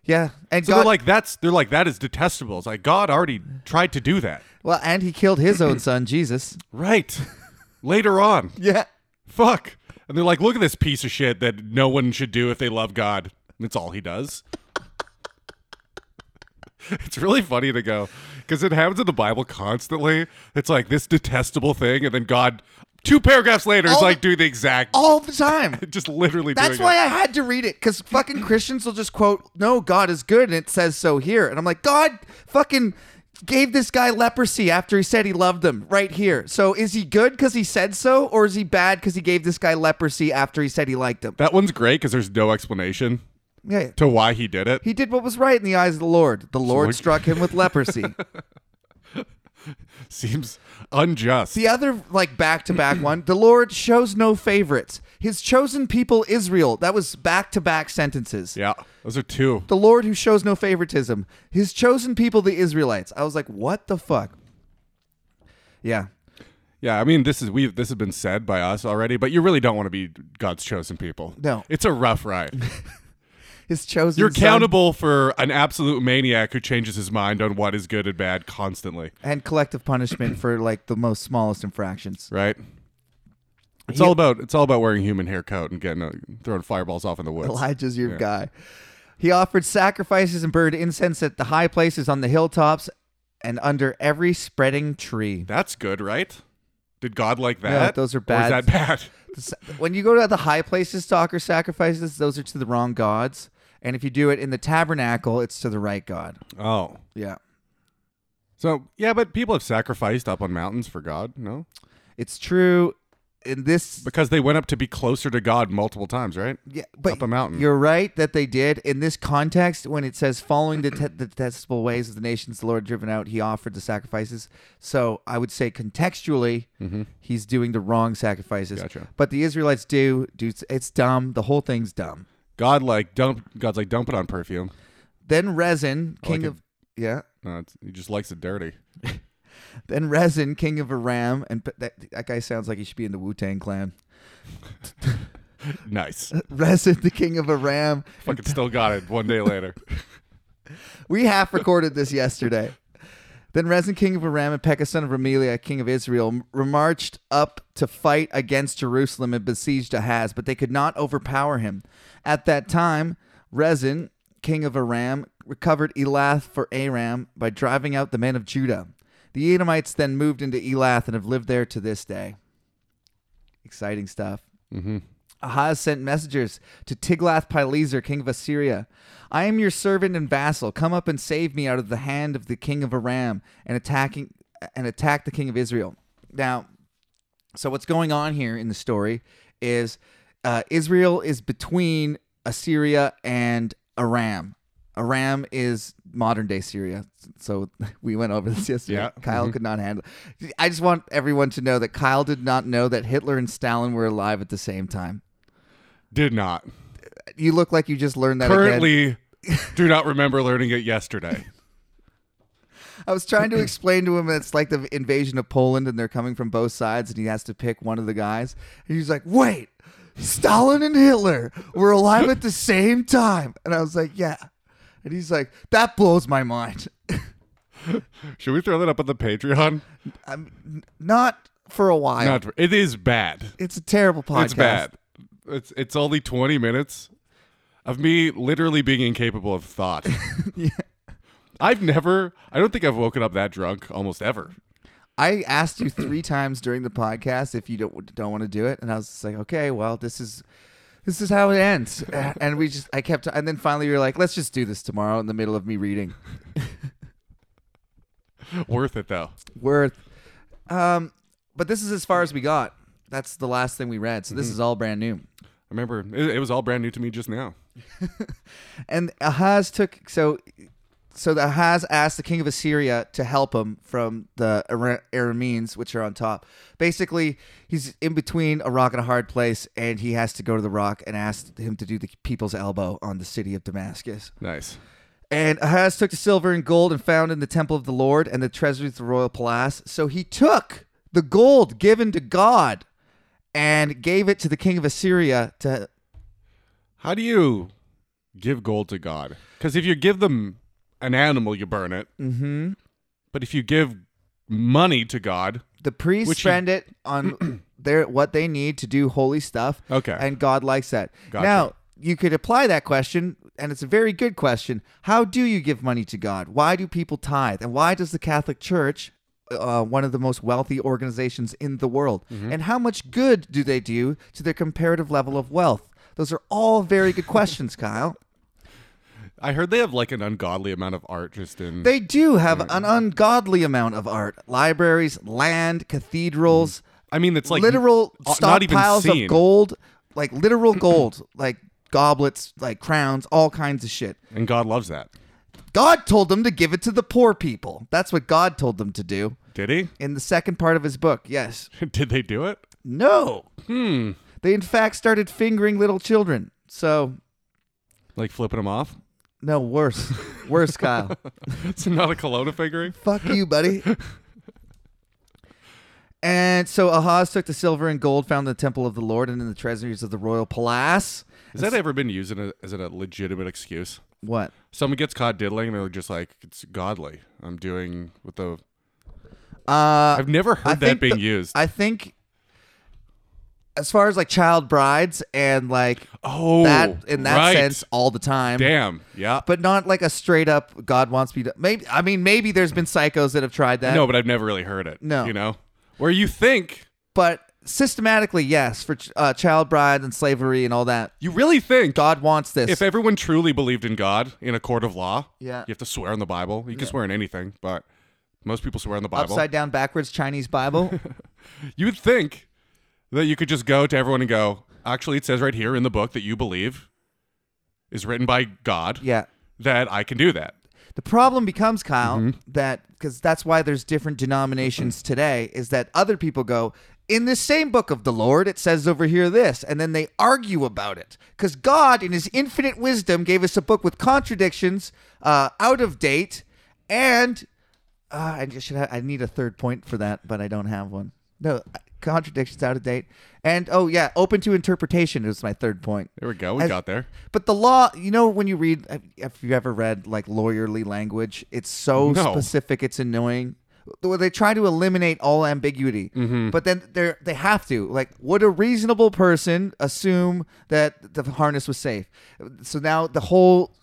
and So God. they're like that's they're like that is detestable. It's like God already tried to do that. well, and he killed his own son, Jesus. Right. Later on. Yeah. Fuck. And they're like, look at this piece of shit that no one should do if they love God. That's all he does. it's really funny to go because it happens in the Bible constantly. It's like this detestable thing, and then God, two paragraphs later, is All- like doing the exact, All the time. just literally. That's doing why It. I had to read it because fucking Christians will just quote, "No, God is good," and it says so here, and I'm like, God fucking gave this guy leprosy after he said he loved him right here. So is he good because he said so, or is he bad because he gave this guy leprosy after he said he liked him? That one's great because there's no explanation. Yeah. to why he did it. He did what was right in the eyes of the Lord. The Lord like- struck him with leprosy. Seems unjust. The other, like back to back one, the Lord shows no favorites. His chosen people, Israel. That was back to back sentences. yeah, those are two. The Lord who shows no favoritism. His chosen people, the Israelites. I was like, what the fuck? Yeah. Yeah, I mean, this is we. This has been said by us already, but you really don't want to be God's chosen people. No. um, it's a rough ride. His chosen You're son accountable for an absolute maniac who changes his mind on what is good and bad constantly, and collective punishment for like the most smallest infractions. right? It's all about it's all about wearing human hair coat and getting uh, throwing fireballs off in the woods. Elijah's your guy. He offered sacrifices and burned incense at the high places on the hilltops and under every spreading tree. That's good, right? Did God like that? those are Or is bad. that bad? S- when you go to the high places to offer sacrifices, those are to the wrong gods. And if you do it in the tabernacle, it's to the right god. Oh, Yeah. so yeah, but people have sacrificed up on mountains for God, no? It's true in this Because they went up to be closer to God multiple times, right? yeah, but up a mountain. You're right that they did. In this context, when it says following the, te- the detestable ways of the nations the Lord driven out, he offered the sacrifices. So I would say contextually, he's doing the wrong sacrifices. Mm-hmm. Gotcha. But the Israelites do, do. It's dumb. The whole thing's dumb. God like dump. God's like dump it on perfume. Then Rezin, king it. of. Yeah. No, it's, he just likes it dirty. Then Rezin, king of Aram, and p- that, that guy sounds like he should be in the Wu Tang clan. Nice. Rezin, the king of Aram. Fucking still got it one day later. We half recorded this yesterday. Then Rezin, king of Aram, and Pekah, son of Remelia, king of Israel, m- marched up to fight against Jerusalem and besieged Ahaz, but they could not overpower him. At that time, Rezin, king of Aram, recovered Elath for Aram by driving out the men of Judah. The Edomites then moved into Elath and have lived there to this day. Exciting stuff. Ahaz sent messengers to Tiglath-Pileser, king of Assyria. I am your servant and vassal. Come up and save me out of the hand of the king of Aram and attacking and attack the king of Israel. Now, so what's going on here in the story is uh, Israel is between Assyria and Aram. Aram is modern day Syria. So we went over this yesterday. Yeah. Kyle could not handle. I just want everyone to know that Kyle did not know that Hitler and Stalin were alive at the same time. Did not. You look like you just learned that again. Currently, do not remember learning it yesterday. I was trying to explain to him that it's like the invasion of Poland and they're coming from both sides and he has to pick one of the guys. And he's like, wait, Stalin and Hitler were alive at the same time. And I was like, yeah. And he's like, that blows my mind. Should we throw that up on the Patreon? I'm not for a while. Not. It is bad. it's a terrible podcast. It's bad. It's it's only twenty minutes of me literally being incapable of thought. I've never. I don't think I've woken up that drunk almost ever. I asked you three times during the podcast if you don't don't want to do it, and I was just like, okay, well, this is this is how it ends. And we just, I kept, and then finally we were like, let's just do this tomorrow in the middle of me reading. Worth it though. Worth, um, but this is as far as we got. That's the last thing we read, so this is all brand new. I remember it, it was all brand new to me just now. And Ahaz took so so the Ahaz asked the king of Assyria to help him from the Ara- Arameans, which are on top. Basically, he's in between a rock and a hard place, and he has to go to the rock and ask him to do the people's elbow on the city of Damascus. Nice. And Ahaz took the silver and gold and found in the temple of the Lord and the treasuries of the royal palace. So he took the gold given to God and gave it to the king of Assyria to How do you give gold to God? Because if you give them an animal, you burn it. Mm-hmm. But if you give money to God, The priests Which he- spend it on their what they need to do holy stuff. Okay. And God likes that. Gotcha. Now, you could apply that question, and it's a very good question. How do you give money to God? Why do people tithe? And why does the Catholic Church, uh, one of the most wealthy organizations in the world, Mm-hmm. and how much good do they do to their comparative level of wealth? Those are all very good questions, Kyle. I heard they have like an ungodly amount of art just in. They do have an ungodly amount of art libraries, land, cathedrals. Mm-hmm. I mean, it's like literal uh, stockpiles of seen. gold, like literal gold, like goblets, like crowns, all kinds of shit. And God loves that. God told them to give it to the poor people. That's what God told them to do Did he? in the second part of his book. Yes. Did they do it? No. Hmm. They, in fact, started fingering little children. So, Like flipping them off? no, worse. Worse, Kyle. It's not a Kelowna figuring. Fuck you, buddy. and so Ahaz took the silver and gold found in the temple of the Lord and in the treasuries of the royal palace. Has that ever been used in a, as a legitimate excuse? What? Someone gets caught diddling and they're just like, it's godly. I'm doing with the. Uh, I've never heard I that think being the- used. I think as far as like child brides and like oh, that in that right. sense all the time. Damn. Yeah. But not like a straight up God wants me to maybe I mean maybe there's been psychos that have tried that. no, but I've never really heard it. No. You know? Where you think, But systematically yes for ch- uh, child brides and slavery and all that. you really think. God wants this. If everyone truly believed in God in a court of law, Yeah. you have to swear on the Bible. You can swear on anything, but most people swear on the Bible. Upside down backwards Chinese Bible. You would think that you could just go to everyone and go, actually, it says right here in the book that you believe is written by God yeah. that I can do that. The problem becomes, Kyle, Mm-hmm. that because that's why there's different denominations today, is that other people go, in this same book of the Lord, it says over here this, and then they argue about it. Because God, in his infinite wisdom, gave us a book with contradictions, uh, out of date, and uh, I just should have, I need a third point for that, but I don't have one. No, contradictions out of date. And oh, yeah, open to interpretation is my third point. There we go. We As- got there. But the law, you know, when you read, if you ever read like lawyerly language, it's so No. specific, it's annoying. Well, They try to eliminate all ambiguity, but then they they have to. Like, would a reasonable person assume that the harness was safe? So now the whole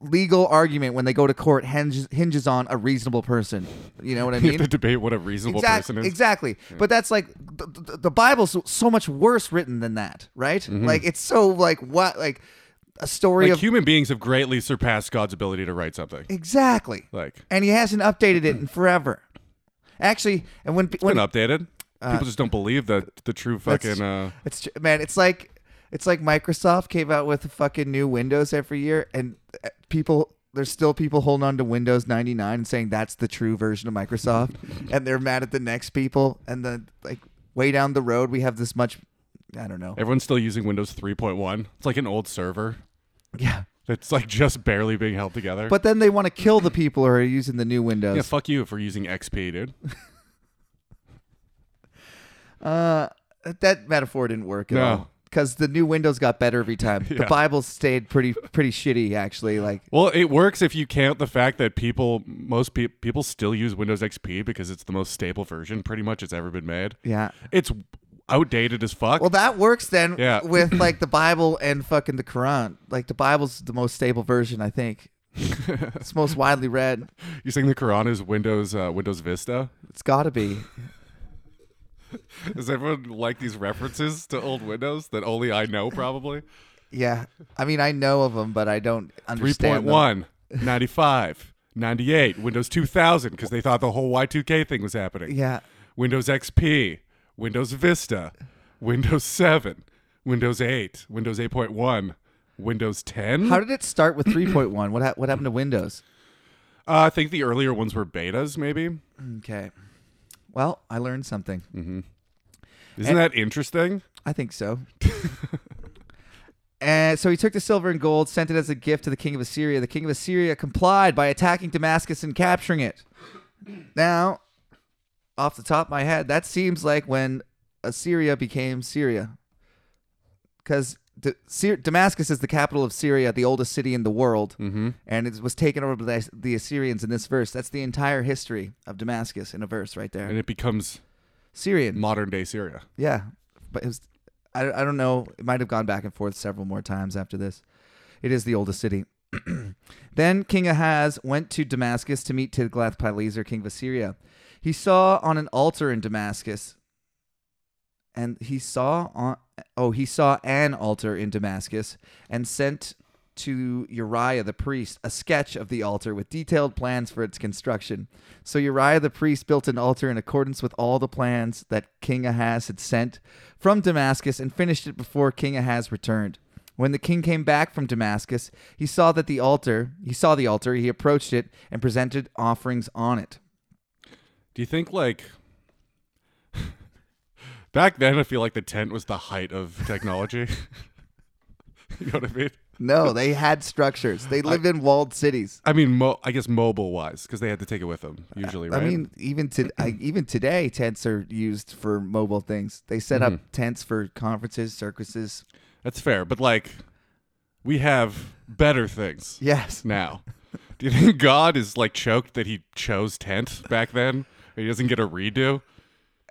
legal argument when they go to court hinges, hinges on a reasonable person. You know what I You mean? have to debate what a reasonable exactly, person is. Exactly. But that's like the, the, the Bible's so- so much worse written than that, right? Like it's so like what like a story Mm-hmm. Like of human beings have greatly surpassed God's ability to write something. exactly. Like it's and he hasn't updated it in forever. Actually, and when when been updated. uh, People just don't believe that the true fucking. Uh, It's tr- man, it's like it's like Microsoft came out with fucking new Windows every year, and uh, people there's still people holding on to Windows 99 and saying that's the true version of Microsoft, and they're mad at the next people, and then like way down the road we have this much, I don't know, everyone's still using Windows 3.1. It's like an old server yeah. that's like just barely being held together. But then they want to kill the people who are using the new Windows. yeah, fuck you for using XP, dude. Uh, that metaphor didn't work at No. all because the new Windows got better every time. The Yeah. Bible stayed pretty pretty shitty actually. Like Well, it works if you count the fact that people, most pe- people still use Windows XP because it's the most stable version pretty much it's ever been made. yeah. It's outdated as fuck. Well, that works then Yeah. with like the Bible and fucking the Quran. Like the Bible's the most stable version, I think. it's most widely read. you saying the Quran is Windows uh, Windows Vista? It's got to be. Does everyone like these references to old Windows that only I know probably? Yeah. I mean, I know of them, but I don't understand. them. 3.1, 95, 98, Windows 2000 because they thought the whole Y2K thing was happening. Yeah. Windows XP, Windows Vista, Windows 7, Windows 8, Windows 8.1, Windows 10. How did it start with 3.1? What ha- what happened to Windows? Uh, I think the earlier ones were betas, maybe. Okay. Well, I learned something. Isn't that interesting? I think so. and so he took the silver and gold, sent it as a gift to the king of Assyria. The king of Assyria complied by attacking Damascus and capturing it. Now, off the top of my head, that seems like when Assyria became Syria. Because Damascus is the capital of Syria, the oldest city in the world, Mm-hmm. and it was taken over by the- the Assyrians in this verse. That's the entire history of Damascus in a verse right there. And it becomes Syrian. modern day Syria. Yeah, but it was. I, I don't know. It might have gone back and forth several more times after this. It is the oldest city. then King Ahaz went to Damascus to meet Tiglath-Pileser, king of Assyria. He saw on an altar in Damascus, and he saw on oh he saw an altar in Damascus, and sent to Uriah the priest a sketch of the altar with detailed plans for its construction. So Uriah the priest built an altar in accordance with all the plans that King Ahaz had sent from Damascus and finished it before King Ahaz returned. When the king came back from Damascus, he saw that the altar, he saw the altar, he approached it and presented offerings on it. Do you think like back then? I feel like the tent was the height of technology. you know what I mean? No, they had structures. They live in walled cities. I mean, mo- I guess mobile wise, because they had to take it with them usually, right? I mean, even to I, even today, tents are used for mobile things. They set up Mm-hmm. tents for conferences, circuses. that's fair, but like we have better things Yes, now. Do you think God is like choked that he chose tent back then? He doesn't get a redo.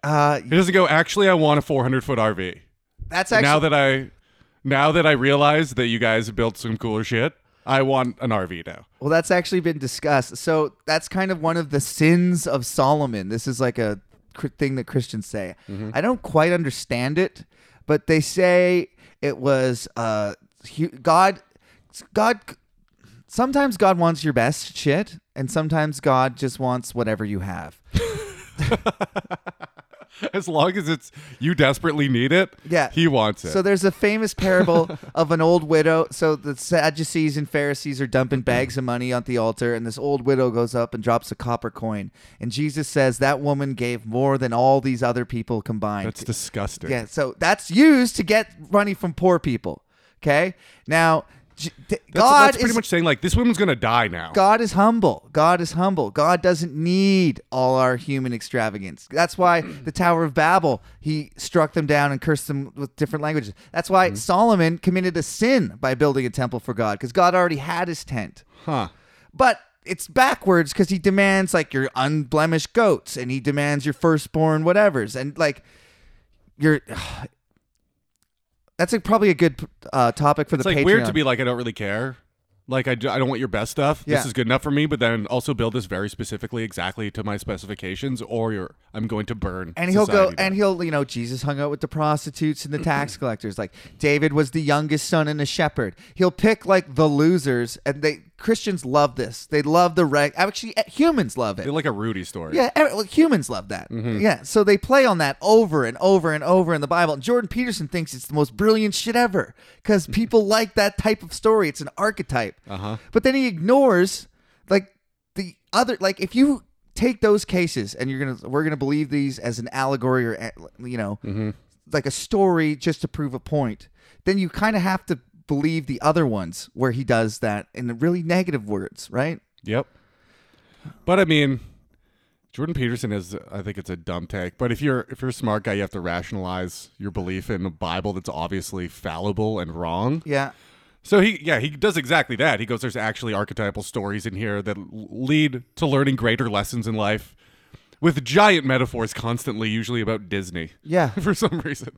uh, He doesn't go. Actually, I want a 400 foot RV. that's actually now that I now that I realize that you guys built some cooler shit, I want an RV now. Well, that's actually been discussed. So that's kind of one of the sins of Solomon. This is like a cr- thing that Christians say. Mm-hmm. I don't quite understand it, but they say it was uh, hu- God. God. Sometimes God wants your best shit, and sometimes God just wants whatever you have. As long as it's you desperately need it, Yeah. he wants it. So there's a famous parable of an old widow. So the Sadducees and Pharisees are dumping bags of money on the altar, and this old widow goes up and drops a copper coin. And Jesus says that woman gave more than all these other people combined. That's disgusting. yeah. So that's used to get money from poor people. Okay. Now, J- d- That's, God that's pretty is much saying like this woman's gonna die now. God is humble. God is humble. God doesn't need all our human extravagance. That's why the Tower of Babel, he struck them down and cursed them with different languages. That's why Mm-hmm. Solomon committed a sin by building a temple for God because God already had his tent. Huh. But it's backwards because he demands like your unblemished goats and he demands your firstborn whatevers and like your. That's like probably a good uh, topic for It's the like Patreon. weird to be like I don't really care. Like I, d- I don't want your best stuff. Yeah. This is good enough for me, but then also build this very specifically exactly to my specifications or you're I'm going to burn. and he'll go society down. and he'll you know jesus hung out with the prostitutes and the tax collectors like david was the youngest son and a shepherd he'll pick like the losers and they christians love this they love the reg actually eh, humans love it They're like a Rudy story. yeah, every, like, humans love that. Mm-hmm. Yeah, so they play on that over and over and over in the Bible. And Jordan Peterson thinks it's the most brilliant shit ever because people like that type of story. It's an archetype. Uh-huh. But then he ignores like the other. Like if you take those cases and you're gonna we're gonna believe these as an allegory or a- you know Mm-hmm. like a story just to prove a point, then you kind of have to believe the other ones where he does that in really negative words, right? Yep. But I mean, Jordan Peterson is I think it's a dumb take, but if you're if you're a smart guy, you have to rationalize your belief in a Bible that's obviously fallible and wrong. Yeah. So he yeah, he does exactly that. He goes there's actually archetypal stories in here that l- lead to learning greater lessons in life with giant metaphors constantly usually about Disney. Yeah. For some reason.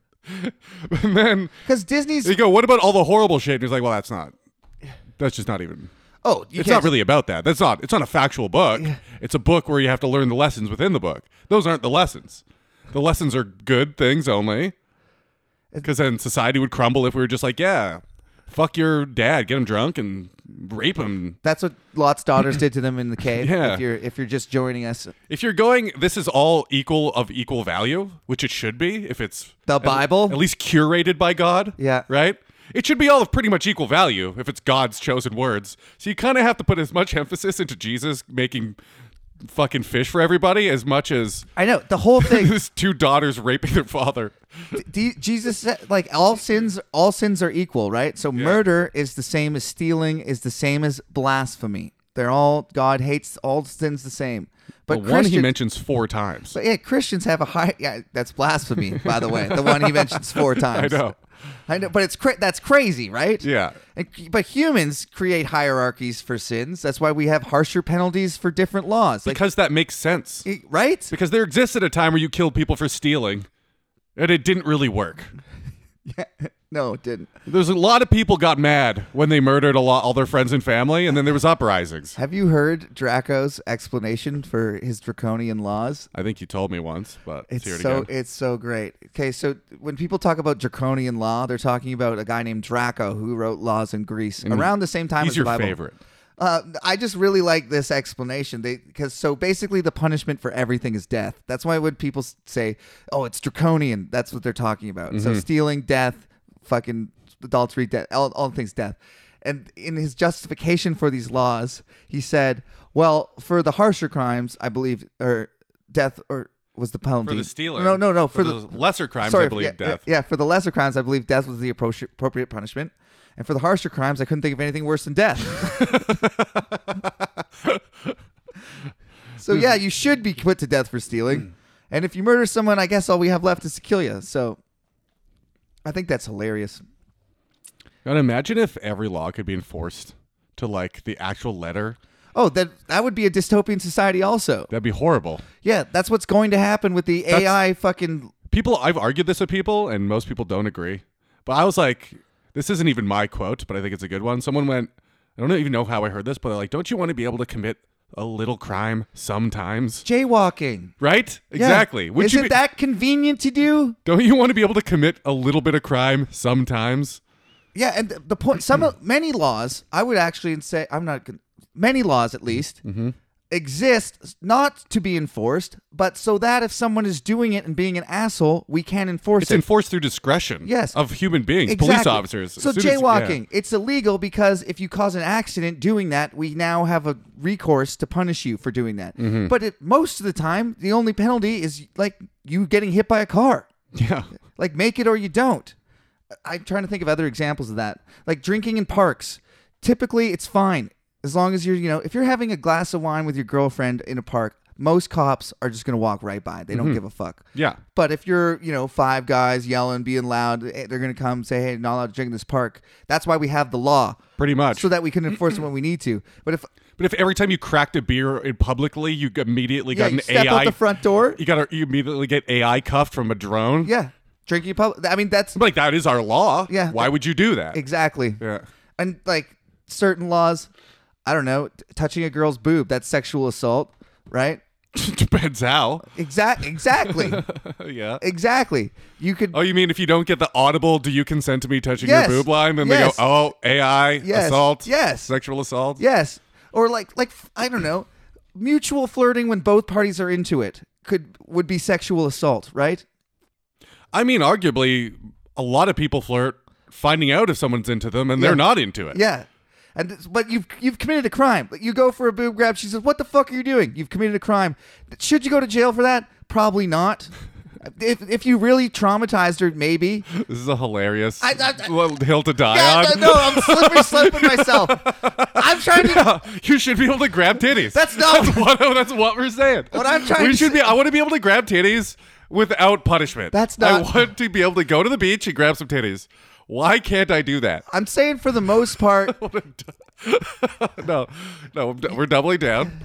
and then Because Disney's they go, "What about all the horrible shit?" And he's like, "Well, that's not that's just not even Oh, you it's can't not really about that. That's not. It's not a factual book. It's a book where you have to learn the lessons within the book. Those aren't the lessons. The lessons are good things only. Because then society would crumble if we were just like, yeah, fuck your dad, get him drunk and rape him. That's what Lot's daughters did to them in the cave. Yeah. If you're if you're just joining us, If you're going, this is all equal of equal value, which it should be. If it's The at- Bible? at least curated by God. Yeah. right. It should be all of pretty much equal value if it's God's chosen words. So you kind of have to put as much emphasis into Jesus making fucking fish for everybody as much as I know the whole thing. his two daughters raping their father. D- Jesus said, like all sins, all sins are equal, right? So murder is the same as stealing, is the same as blasphemy. They're all God hates all sins the same. But The one he Christian- mentions four times. but yeah, Christians have a high. Yeah, that's blasphemy, by the way. The one he mentions four I times. know. I know, but it's cra- that's crazy, right? Yeah. And, but humans create hierarchies for sins. That's why we have harsher penalties for different laws. Like, Because that makes sense. right? Because there existed a time where you killed people for stealing and it didn't really work. No, it didn't. There's a lot of people got mad when they murdered a lot all their friends and family, and then there was uprisings. Have you heard Draco's explanation for his draconian laws? I think you told me once, but It's let's hear it so again. it's so great. Okay, so when people talk about draconian law, they're talking about a guy named Draco who wrote laws in Greece around the same time Mm. He's as your the Bible. favorite. Uh, I just really like this explanation. They because so basically the punishment for everything is death. That's why when people Mm-hmm. s- say, "Oh, it's draconian," that's what they're talking about. So stealing, death, fucking adultery, death, all, all things death. And in his justification for these laws, he said, "Well, for the harsher crimes, I believe, or death, or was the penalty For the stealer. No, no, no. For, the, those lesser crimes, sorry, I believe yeah, death. Yeah, for the lesser crimes, I believe death was the appro- appropriate punishment. And for the harsher crimes, I couldn't think of anything worse than death. so yeah, Mm-hmm. you should be put to death for Mm. stealing. And if you murder someone, I guess all we have left is to kill you. So I think that's hilarious. God, imagine if every law could be enforced to like the actual letter. Oh, that that would be a dystopian society also. That'd be horrible. Yeah, that's what's going to happen with the That's- AI fucking People, I've argued this with people, and most people don't agree. But I was like, this isn't even my quote, but I think it's a good one. Someone went, I don't even know how I heard this, but they're like, don't you want to be able to commit a little crime sometimes? jaywalking. Right? Yeah. Exactly. Would Isn't you be, that convenient to do? don't you want to be able to commit a little bit of crime sometimes? Yeah, and the, the point, some of- many laws, I would actually say, I'm not, gon- many laws at least Mm-hmm. exist not to be enforced, but so that if someone is doing it and being an asshole, we can enforce It's it. enforced through discretion Yes. of human beings, police Exactly. officers. So students- yeah. jaywalking, it's illegal because if you cause an accident doing that, we now have a recourse to punish you for doing that. Mm-hmm. But it, most of the time, the only penalty is like you getting hit by a car. Yeah. Like make it or you don't. I'm trying to think of other examples of that. Like drinking in parks. Typically it's fine as long as you're, you know, if you're having a glass of wine with your girlfriend in a park, most cops are just going to walk right by. They don't give a fuck. Mm-hmm. Yeah. But if you're, you know, five guys yelling, being loud, eh, they're going to come say, "Hey, not allowed to drink in this park." That's why we have the law. Pretty much. So that we can enforce it when we need to. But if But if every time you cracked a beer in publicly, you immediately yeah, got you an step AI out the front door, You got you immediately get AI cuffed from a drone. yeah, drinking in public. I mean, that's I'm like that is our law. Yeah. Why would you do that? exactly. yeah. and like certain laws i don't know t- touching a girl's boob that's sexual assault right Depends how. exact exactly yeah. exactly you could Oh, you mean if you don't get the audible, do you consent to me touching Yes. your boob line? Then Yes. they go, oh, AI Yes. assault, Yes. sexual assault. yes or like like f- i don't know mutual flirting when both parties are into it could would be sexual assault right I mean, arguably, a lot of people flirt, finding out if someone's into them and Yeah. they're not into it. yeah and it's- but you've you've committed a crime you go for a boob grab she says what the fuck are you doing you've committed a crime should you go to jail for that probably not if if you really traumatized her maybe This is a hilarious I- I- little hill to die Yeah, on. no, no, I'm slippery sloping myself. I'm trying to. you should be able to grab titties. That's not- that's what, that's what we're saying. What I'm trying we to should be. I want to be able to grab titties without punishment. That's I not- want to be able to go to the beach and grab some titties. Why can't I do that? I'm saying for the most part, No, no, I'm d- we're doubling down.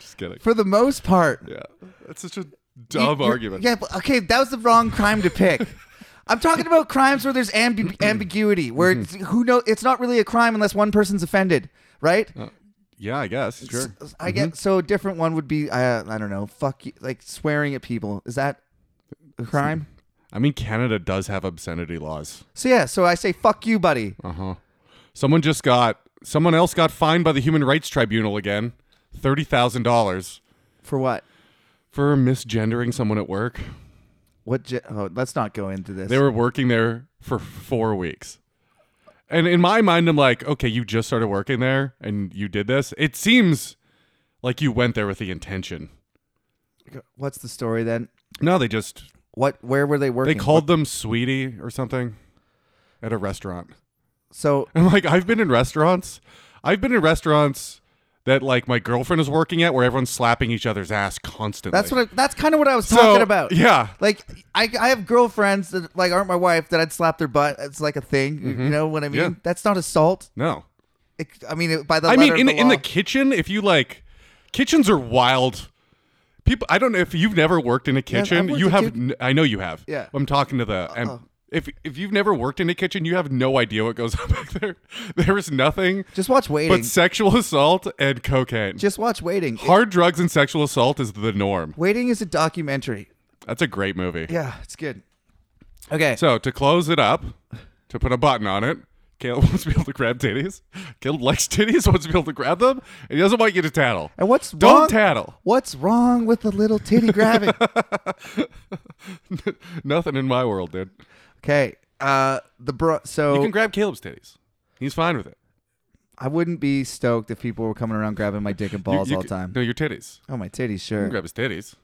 Just kidding. for the most part. Yeah, that's such a dumb You're- argument. Yeah, but, okay, that was the wrong crime to pick. I'm talking about crimes where there's ambi- ambiguity, where it's, Mm-hmm. who know it's not really a crime unless one person's offended, right? Yeah, I guess. Oh, Sure. Mm-hmm. S- I get so a different one would be uh, I don't know, fuck you, like swearing at people. Is that a crime? I mean, Canada does have obscenity laws. So yeah, so I say fuck you, buddy. Oh. Someone just got. Someone else got fined by the Human Rights Tribunal again, thirty thousand dollars For what? for misgendering someone at work. What? J- oh, let's not go into this. They were working there for four weeks. And in my mind, I'm like, okay, you just started working there and you did this. It seems like you went there with the intention. What's the story then? No, they just What? Where were they they working? called them sweetie or something at a restaurant. so And like I've been in restaurants. I've been in restaurants that like my girlfriend is working at where everyone's slapping each other's ass constantly. That's what I, that's kind of what I was talking about. Yeah. Like I, I have girlfriends that like aren't my wife that I'd slap their butt. It's like a thing. You- You know what I mean? Mm-hmm. Yeah. That's not assault. No. It, I mean, it, by the I letter mean, of in the, the, in the law. kitchen, if you like, kitchens are wild. People, I don't know if you've never worked in a I've kitchen. worked you in have, kitchen. n- I know you have. Yeah. I'm talking to the. I'm- if if you've never worked in a kitchen, you have no idea what goes on back there. There is nothing just watch waiting. but sexual assault and cocaine. just watch waiting. It- Hard drugs and sexual assault is the norm. waiting is a documentary. That's a great movie. Yeah, it's good. Okay, So to close it up, to put a button on it, Caleb wants to be able to grab titties. Caleb likes titties, wants to be able to grab them, and he doesn't want you to tattle. and what's Don't wrong? tattle. what's wrong with the little titty grabbing? Nothing in my world, dude. okay, uh, the bro. So You can grab Caleb's titties. He's fine with it. I wouldn't be stoked if people were coming around grabbing my dick and You- balls you all the can- time. No, your titties. Oh, my titties, You sure. can grab his titties.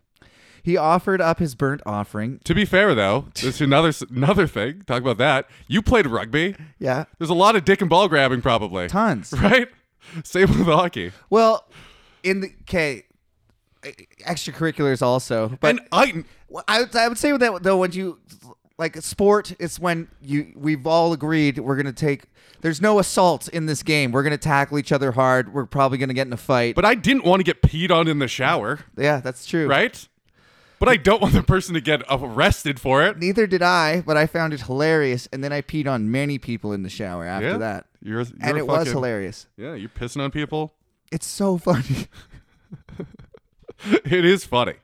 He offered up his burnt offering. To be fair, though, there's another another thing. Talk about that. You played rugby. Yeah, There's a lot of dick and ball grabbing, probably. tons. Right? Same with hockey. Well, in the okay, extracurriculars also, but and I, Well, I would, I would say that though when you like sport, it's when you we've all agreed we're gonna take. There's no assault in this game. We're gonna tackle each other hard. We're probably gonna get in a fight. but I didn't want to get peed on in the shower, yeah, that's true. right? But I don't want the person to get arrested for it. Neither did I, but I found it hilarious, and then I peed on many people in the shower after Yeah. that, You're, you're and a it was fucking- hilarious. Yeah, you're pissing on people. It's so funny. it is funny.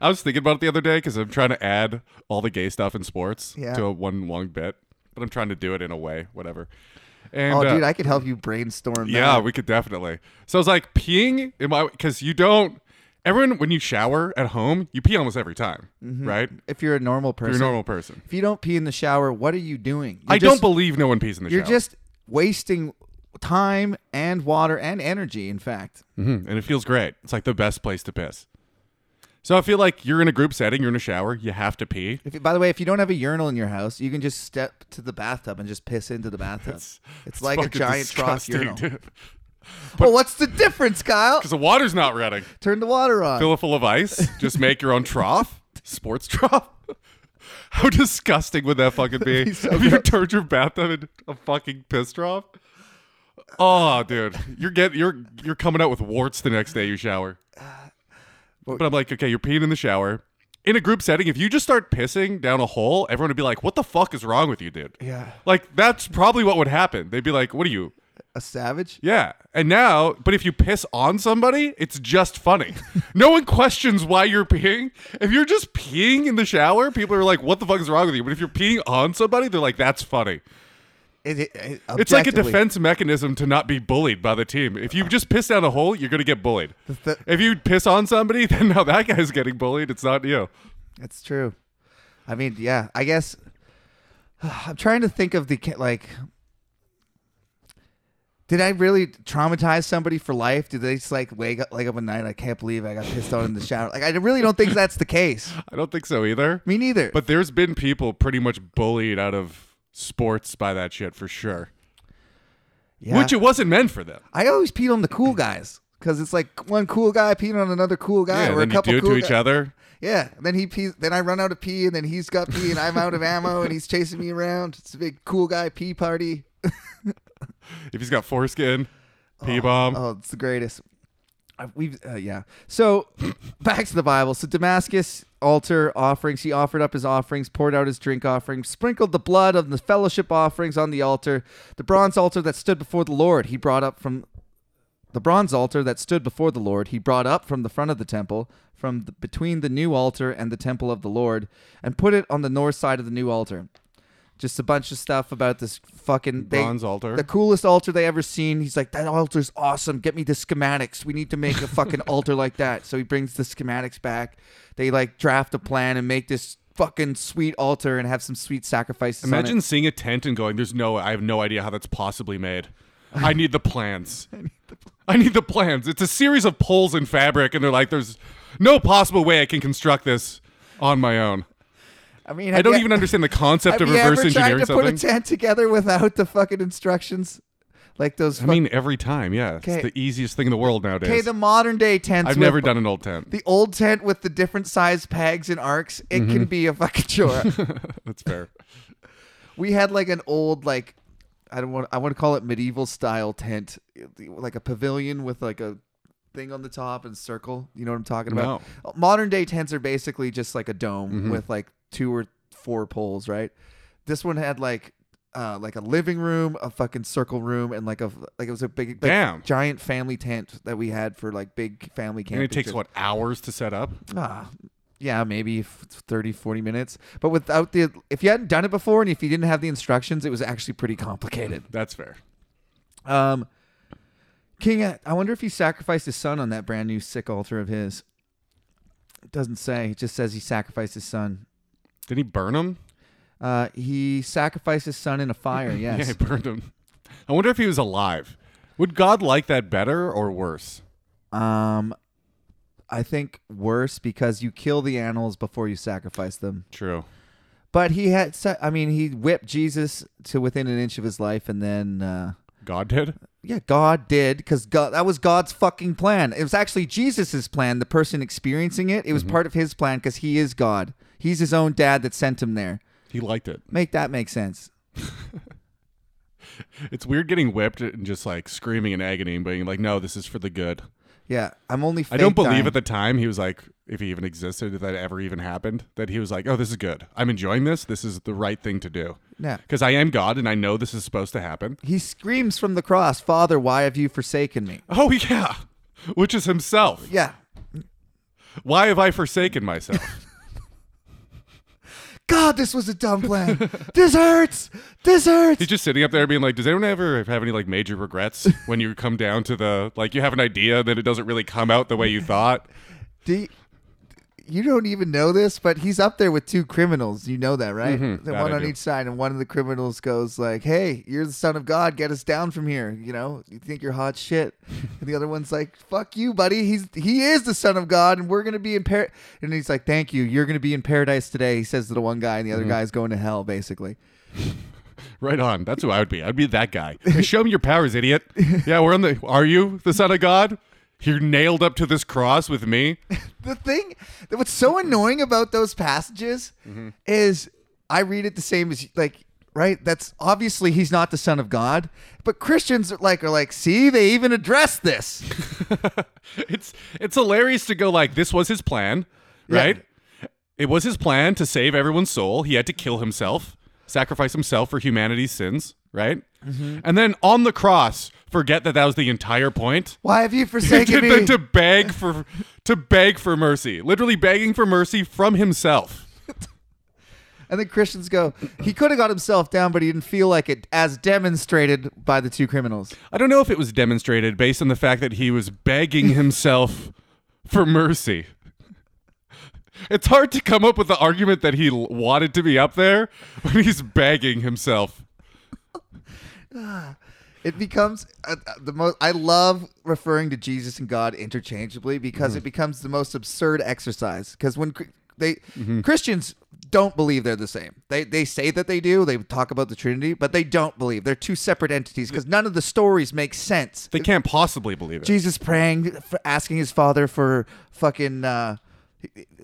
I was thinking about it the other day because I'm trying to add all the gay stuff in sports Yeah. to a one long bit, but I'm trying to do it in a way, whatever. And oh, uh, dude, I could help you brainstorm. yeah, that. we could definitely. So I was like peeing in my because you don't. Everyone, when you shower at home, you pee almost every time, Mm-hmm. right? if you're a normal You're a person, normal person. if you don't pee in the shower, what are you doing? You're I just- don't believe no one pees in the You're shower. just wasting time and water and energy. In fact. Mhm, and it feels great. It's like the best place to piss. So I feel like you're in a group setting, you're in a shower, you have to pee. If you, by the way, if you don't have a urinal in your house, you can just step to the bathtub and just piss into the bathtub. It's, like a fucking giant trough disgusting, urinal. dude. well, what's the difference, Kyle? Because the water's not running. Turn the water on. Fill it full of ice. Just make your own trough. Sports trough. How disgusting would that fucking be? so if you turned your bathtub into a fucking piss trough. Oh, dude, you're get you're you're coming out with warts the next day you shower. But I'm like, okay, you're peeing in the shower. In a group setting, if you just start pissing down a hole, everyone would be like, "What the fuck is wrong with you, dude?" Yeah. Like that's probably what would happen. They'd be like, "What are you, a savage? yeah. And now, but if you piss on somebody, it's just funny. no one questions why you're peeing. If you're just peeing in the shower, people are like, what the fuck is wrong with you? But if you're peeing on somebody, they're like, that's funny. It- it- it- It's like a objectively. defense mechanism to not be bullied by the team. If you just piss down a hole, you're going to get bullied. th- if you piss on somebody, then now that guy's getting bullied. It's not you. That's true. I mean, yeah, I guess I'm trying to think of the ca- like. Did I really traumatize somebody for life? Did they just like wake up like up one night? I can't believe I got pissed on in the shower. Like I really don't think that's the case. I don't think so either. Me neither. But there's been people pretty much bullied out of sports by that shit for sure, yeah. which it wasn't meant for them. I always peed on the cool guys because it's like one cool guy peeing on another cool guy Yeah, or a then you couple do it cool to each guy- other. Yeah, and then he pees. Then I run out of pee, and then he's got pee, and I'm out of ammo, and he's chasing me around. It's a big cool guy pee party. If he's got foreskin, pee bomb. Oh, it's the greatest. I- We've uh, yeah. So back to the Bible. So Damascus altar offerings. He offered up his offerings, poured out his drink offering, sprinkled the blood of the fellowship offerings on the altar, the bronze altar that stood before the Lord. He brought up from the bronze altar that stood before the Lord. He brought up from the front of the temple, from the, between the new altar and the temple of the Lord, and put it on the north side of the new altar. Just a bunch of stuff about this fucking they- Bronze altar. the coolest altar they ever seen. He's like, that altar's awesome. Get me the schematics. We need to make a fucking altar like that. So he brings the schematics back. They like draft a plan and make this fucking sweet altar and have some sweet sacrifices. on it. Imagine seeing a tent and going, "There's no, I have no idea how that's possibly made. I need the plans. I need the plans. It's a series of poles and fabric, and they're like, there's no possible way I can construct this on my own. I mean, I don't even understand the concept e-, have of you reverse ever tried engineering to put a something. tent together without the fucking instructions? Like those. I mean, every time, yeah, Okay. it's the easiest thing in the world nowadays. okay, the modern day tents. I've with- never done an old tent. The old tent with the different size pegs and arcs, it Mm-hmm. can be a fucking chore. that's fair. we had like an old like I don't want I want to call it medieval style tent, like a pavilion with like a thing on the top and circle. You know what I'm talking about? Uh, Modern day tents are basically just like a dome Mm-hmm. with like two or four poles, right? This one had like uh, like a living room, a fucking circle room, and like a like it was a big like, Damn. giant family tent that we had for like big family camping. And it takes what hours to set up. Ah, yeah, maybe f- 30, 40 minutes. But without the, if you hadn't done it before and if you didn't have the instructions, it was actually pretty complicated. That's fair. Um, King, I I wonder if he sacrificed his son on that brand new sick altar of his. It doesn't say. It just says he sacrificed his son. Did he burn them? Uh, he sacrificed his son in a fire. Yeah, he Yes. burned him. I wonder if he was alive. Would God like that better or worse? um, I think worse because you kill the animals before you sacrifice them. True. But he had, sa- I mean, he whipped Jesus to within an inch of his life, and then, uh, God did. yeah, God did because God that was God's fucking plan. It was actually Jesus's plan. The person experiencing it, it Mm-hmm. was part of his plan because he is God. He's his own dad that sent him there. He liked it. Make that make sense. It's weird getting whipped and just like screaming in agony and being like, "No, this is for the good." Yeah, I'm only. I don't fake dying. believe at the time he was like, if he even existed, if that ever even happened, that he was like, "Oh, this is good. I'm enjoying this. This is the right thing to do." Yeah. Because I am God and I know this is supposed to happen. He screams from the cross, "Father, why have you forsaken me?" Oh yeah, which is himself. Yeah, Why have I forsaken myself? God, this was a dumb plan. this hurts. This hurts. He's just sitting up there being like, "Does anyone ever have any like major regrets when you come down to the like you have an idea that it doesn't really come out the way you thought?" Do you, you don't even know this, but he's up there with two criminals. You know that, right? The That one I on do. each side, and one of the criminals goes like, "Hey, you're the son of God. Get us down from here." You know, you think you're hot shit, and the other one's like, "Fuck you, buddy. He's he is the son of God, and we're gonna be in par." And he's like, "Thank you. You're gonna be in paradise today." He says to the one guy, and the other guy's going to hell, basically. Right on. That's who I would be. I'd be that guy. Hey, show me your powers, idiot. Yeah, we're on the. Are you the son of God? You're nailed up to this cross with me. the thing that what's so annoying about those passages is I read it the same as like right that's obviously he's not the son of god but christians are like are like see they even address this it's it's hilarious to go like this was his plan, right? It was his plan to save everyone's soul. He had to kill himself, sacrifice himself for humanity's sins, right? And then on the cross, forget that that was the entire point. why have you He forsaken did me that to beg for to beg for mercy, literally begging for mercy from himself. and then christians go he could have got himself down but he didn't feel like it as demonstrated by the two criminals I don't know if it was demonstrated based on the fact that he was begging himself for mercy. It's hard to come up with the argument that he l- wanted to be up there when he's begging himself. it becomes uh, uh, the most i love referring to jesus and god interchangeably because it becomes the most absurd exercise because when cr- they christians don't believe they're the same they they say that they do they talk about the trinity but they don't believe they're two separate entities because none of the stories make sense They can't possibly believe it. jesus praying for asking his father for fucking uh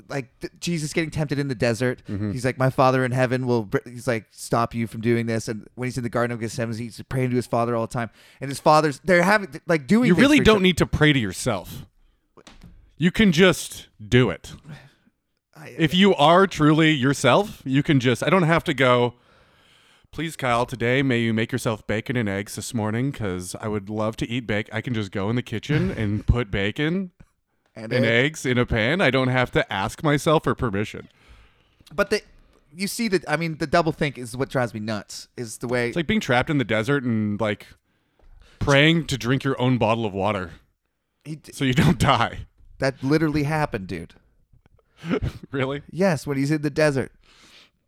like th- Jesus getting tempted in the desert, Mm-hmm. he's like, "My Father in heaven will." br- He's like, "Stop you from doing this." And when he's in the Garden of Gethsemane, he's praying to his Father all the time. And his father's they're having like doing. You things really for each don't other. need to pray to yourself. You can just do it. If you are truly yourself, you can just. I don't have to go. Please, Kyle. Today, may you make yourself bacon and eggs this morning, because I would love to eat bacon. I can just go in the kitchen and put bacon And and it- eggs in a pan. I don't have to ask myself for permission. but the you see that I mean the double think is what drives me nuts. Is the way It's like being trapped in the desert and like praying to drink your own bottle of water he d- so you don't die. that literally happened, dude. Really? Yes, when he's in the desert,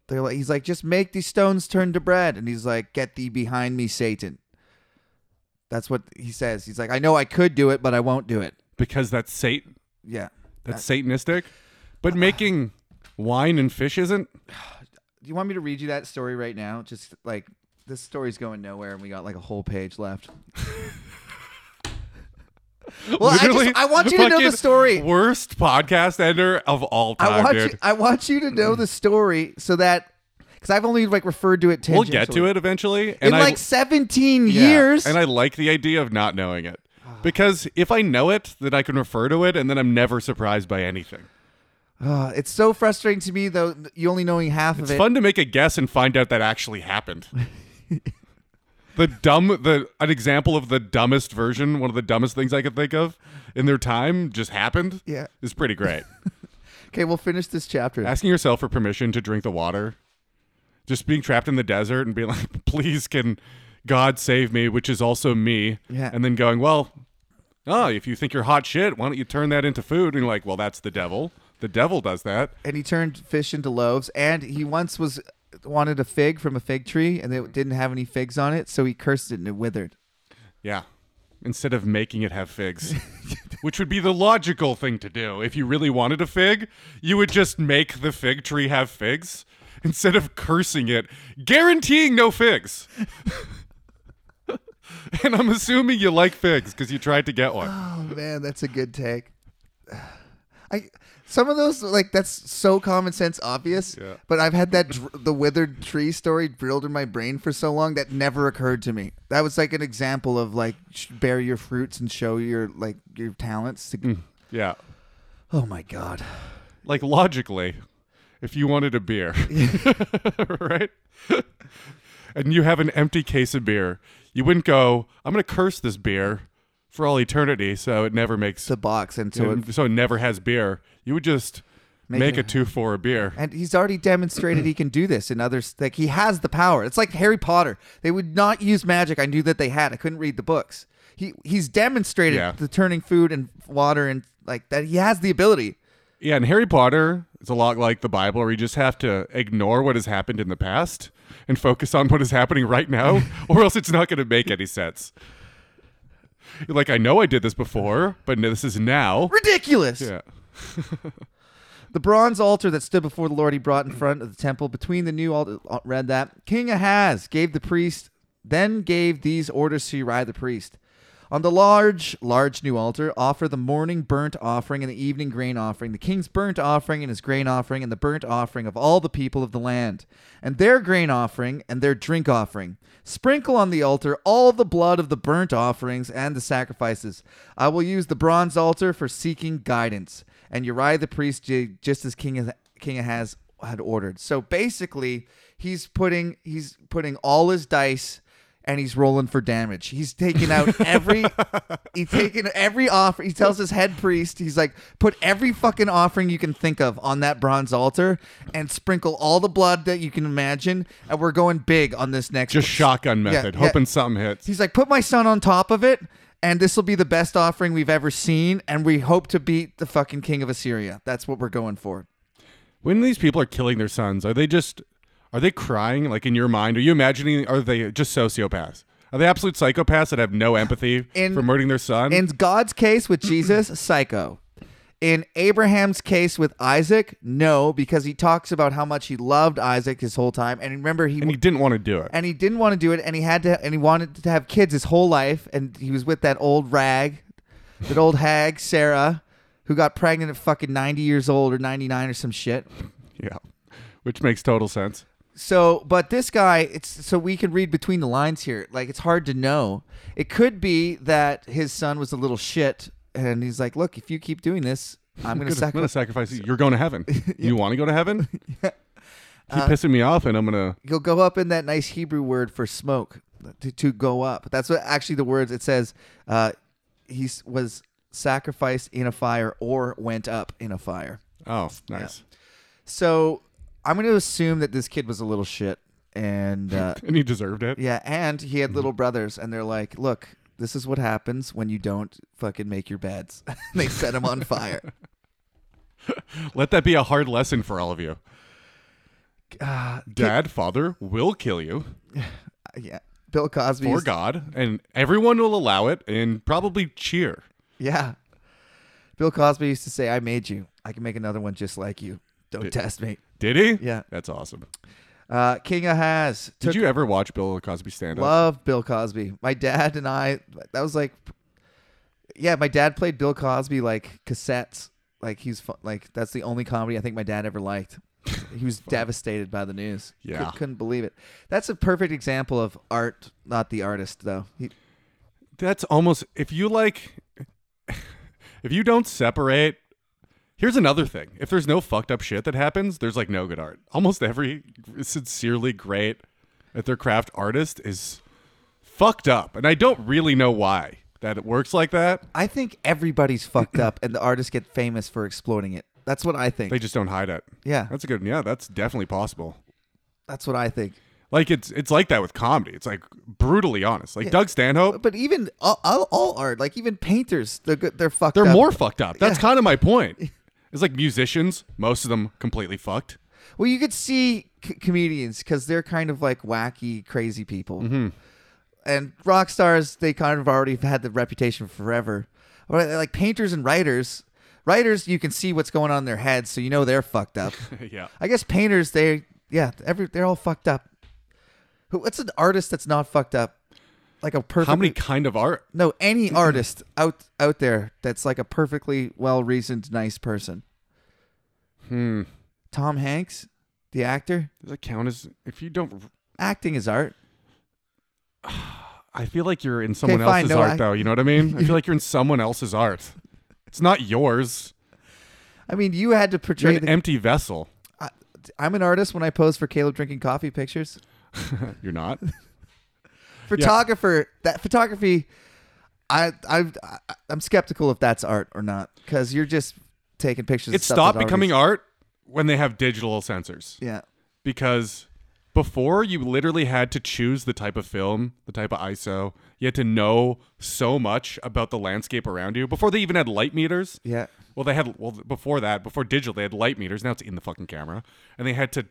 they're like he's like, "Just make these stones turn to bread," and he's like, "Get thee behind me, Satan." That's what he says. He's like, "I know I could do it, but I won't do it." Because that's Satan. Yeah. That's Satanistic. But making wine and fish isn't. Do you want me to read you that story right now? Just like this story's going nowhere, and we got like a whole page left. well, I, Literally, just, I want you to know fucking the story. Worst podcast ender of all time, I want dude. you. I want you to know the story so that because I've only like referred to it. Tangentially. we'll get to it eventually. in And I, like seventeen yeah, years. And I like the idea of not knowing it. Because if I know it, then I can refer to it and then I'm never surprised by anything. Uh, it's so frustrating to me though. You only knowing half of It's it. fun to make a guess and find out that actually happened. the dumb the an example of the dumbest version, one of the dumbest things I could think of in their time just happened. Yeah. Is pretty great. Okay, we'll finish this chapter. Asking yourself for permission to drink the water. Just being trapped in the desert and being like, please can God save me, which is also me. Yeah. And then going, Well, oh, if you think you're hot shit, why don't you turn that into food? And you're like, Well, that's the devil. The devil does that. and he turned fish into loaves. And he once was wanted a fig from a fig tree and it didn't have any figs on it, so he cursed it and it withered. Yeah. Instead of making it have figs, which would be the logical thing to do. If you really wanted a fig, you would just make the fig tree have figs instead of cursing it, guaranteeing no figs. and I'm assuming you like figs because you tried to get one. Oh man, that's a good take. I some of those like that's so common sense obvious, Yeah. but I've had that dr- the withered tree story drilled in my brain for so long that never occurred to me. That was like an example of like sh- bear your fruits and show your like your talents. To- Yeah. Oh my god. Like logically, if you wanted a beer, right? and you have an empty case of beer, you wouldn't go, I'm going to curse this beer for all eternity so it never makes It's a box and so so it, it, never has beer. You would just Make make, it- a two for a beer. And he's already demonstrated he can do this in others. Like he has the power. It's like Harry Potter. They would not use magic. I knew that they had. I couldn't read the books. He he's demonstrated Yeah. the turning food and water and like that. He has the ability. Yeah, and Harry Potter is a lot like the Bible, where you just have to ignore what has happened in the past and focus on what is happening right now, or else it's not going to make any sense. You're like, I know I did this before, but no, this is now. Ridiculous. Yeah. The bronze altar that stood before the Lord he brought in front of the temple between the new altar uh, read that King Ahaz gave the priest then gave these orders to Uriah the priest. On the large, large new altar, offer the morning burnt offering and the evening grain offering, the king's burnt offering and his grain offering, and the burnt offering of all the people of the land, and their grain offering and their drink offering. Sprinkle on the altar all the blood of the burnt offerings and the sacrifices. I will use the bronze altar for seeking guidance and Uriah the priest did just as King King Ahaz had ordered. So basically, he's putting he's putting all his dice and he's rolling for damage. He's taking out every he's taking every offer. He tells his head priest, he's like, put every fucking offering you can think of on that bronze altar and sprinkle all the blood that you can imagine and we're going big on this next Just shotgun method, yeah. hoping something hits. He's like, put my son on top of it, and this will be the best offering we've ever seen, and we hope to beat the fucking king of Assyria. That's what we're going for. When these people are killing their sons, are they just are they crying like in your mind? Are you imagining are they just sociopaths? Are they absolute psychopaths that have no empathy In- for murdering their son? In God's case with Jesus, psycho. In Abraham's case with Isaac, no, because he talks about how much he loved Isaac his whole time, and remember he and he didn't want to do it. and he didn't want to do it, and he had to, and he wanted to have kids his whole life, and he was with that old rag, that old hag Sarah, who got pregnant at fucking ninety years old or ninety nine or some shit. Yeah. Which makes total sense. So, but this guy, it's so we can read between the lines here. Like, it's hard to know. It could be that his son was a little shit, and he's like, "Look, if you keep doing this, I'm gonna I'm gonna sacrifice. sacrifice you. You're going to heaven. You want to go to heaven? Keep Uh, pissing me off, and I'm gonna. You'll go up in that nice Hebrew word for smoke, to, to go up. That's what actually the words it says. Uh, he s- was sacrificed in a fire or went up in a fire. Oh, nice. So, I'm gonna assume that this kid was a little shit, and uh, And he deserved it. Yeah, and he had little brothers, and they're like, "Look, this is what happens when you don't fucking make your beds." they set him on fire. Let that be a hard lesson for all of you. Dad, father will kill you Ah, Yeah, Bill Cosby. for is- God, and everyone will allow it and probably cheer. Yeah, Bill Cosby used to say, "I made you. I can make another one just like you. Don't test me." Did he? Yeah. That's awesome. Uh, King Ahaz. Did Took you ever watch Bill Cosby stand up? love Bill Cosby. My dad and I. That was like, yeah, my dad played Bill Cosby like cassettes. Like he's fu- like that's the only comedy I think my dad ever liked. He was devastated by the news. Cou- Yeah. couldn't believe it. That's a perfect example of art, not the artist, though. He, That's almost if you like if you don't separate Here's another thing. If there's no fucked up shit that happens, there's like no good art. Almost every sincerely great at their craft artist is fucked up. And I don't really know why that it works like that. I think everybody's fucked up, and the artists get famous for exploiting it. That's what I think. They just don't hide it. yeah, That's a good yeah, that's definitely possible. that's what I think. Like it's it's like that with comedy. It's like brutally honest. Like Doug Stanhope, But even all, all, all art, like even painters, they're good- they're fucked. they're up. more fucked up. That's kind of my point. It's like musicians, most of them completely fucked. Well, you could see c- comedians because they're kind of like wacky, crazy people. Mm-hmm. And rock stars, they kind of already have had the reputation forever. But like painters and writers, writers, you can see what's going on in their heads, so you know they're fucked up. yeah. I guess painters, they yeah, every they're all fucked up. Who? What's an artist that's not fucked up? Like a perfect. How many kind of art? No, any artist out out there that's like a perfectly well reasoned, nice person. Hmm. Tom Hanks, the actor, Does that count as if you don't? acting is art. I feel like you're in someone fine, else's no, art, I- though. You know what I mean? I feel like you're in someone else's art. It's not yours. I mean, you had to You're portray. an The, empty vessel. I, I'm an artist when I pose for Caleb drinking coffee pictures. You're not. Photographer, that photography, I I I- I'm skeptical if that's art or not because you're just taking pictures. It of stuff stopped that's already- becoming art when they have digital sensors. Yeah, because before you literally had to choose the type of film, the type of ISO. You had to know so much about the landscape around you before they even had light meters. yeah. Well, they had well before that, before digital, they had light meters. Now it's in the fucking camera, and they had to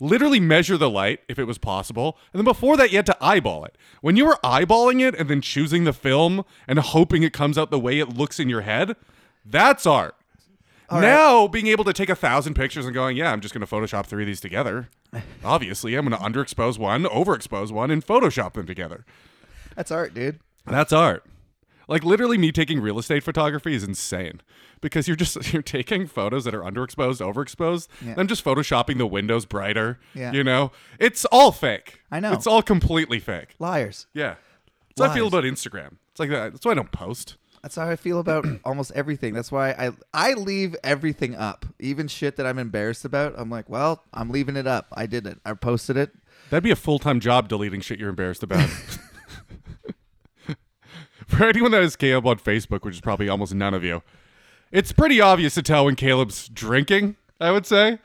literally measure the light if it was possible. And then before that, you had to eyeball it. When you were eyeballing it and then choosing the film and hoping it comes out the way it looks in your head, that's art. now being able to take a thousand pictures and going, yeah, I'm just going to Photoshop three of these together. Obviously, I'm going to underexpose one, overexpose one, and Photoshop them together. That's art, dude. That's art. Like literally me taking real estate photography is insane because you're just you're taking photos that are underexposed, overexposed. Yeah. And I'm just photoshopping the windows brighter. Yeah. You know? It's all fake. I know. It's all completely fake. Liars. Yeah. That's how I feel Lies. about Instagram. It's like that. That's why I don't post. That's how I feel about almost everything. That's why I I leave everything up, even shit that I'm embarrassed about. I'm like, well, I'm leaving it up. I did it. I posted it. That'd be a full time job deleting shit you're embarrassed about. For anyone that has Caleb on Facebook, which is probably almost none of you, it's pretty obvious to tell when Caleb's drinking, I would say.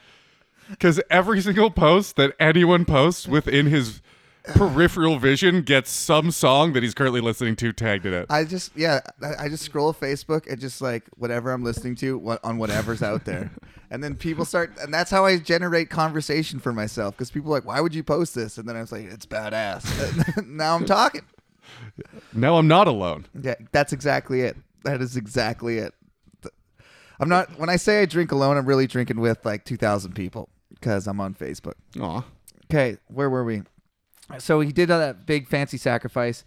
Because every single post that anyone posts within his peripheral vision gets some song that he's currently listening to tagged in it. I just yeah, I, I just scroll Facebook and just like whatever I'm listening to what, on whatever's out there, and then people start, and that's how I generate conversation for myself because people are like, why would you post this? And then I was like, it's badass. And now I'm talking. Now I'm not alone. Yeah, that's exactly it. That is exactly it. Th- I'm not when I say I drink alone, I'm really drinking with like 2,000 people because I'm on Facebook. Aw. Okay, where were we? So he did all that big fancy sacrifice.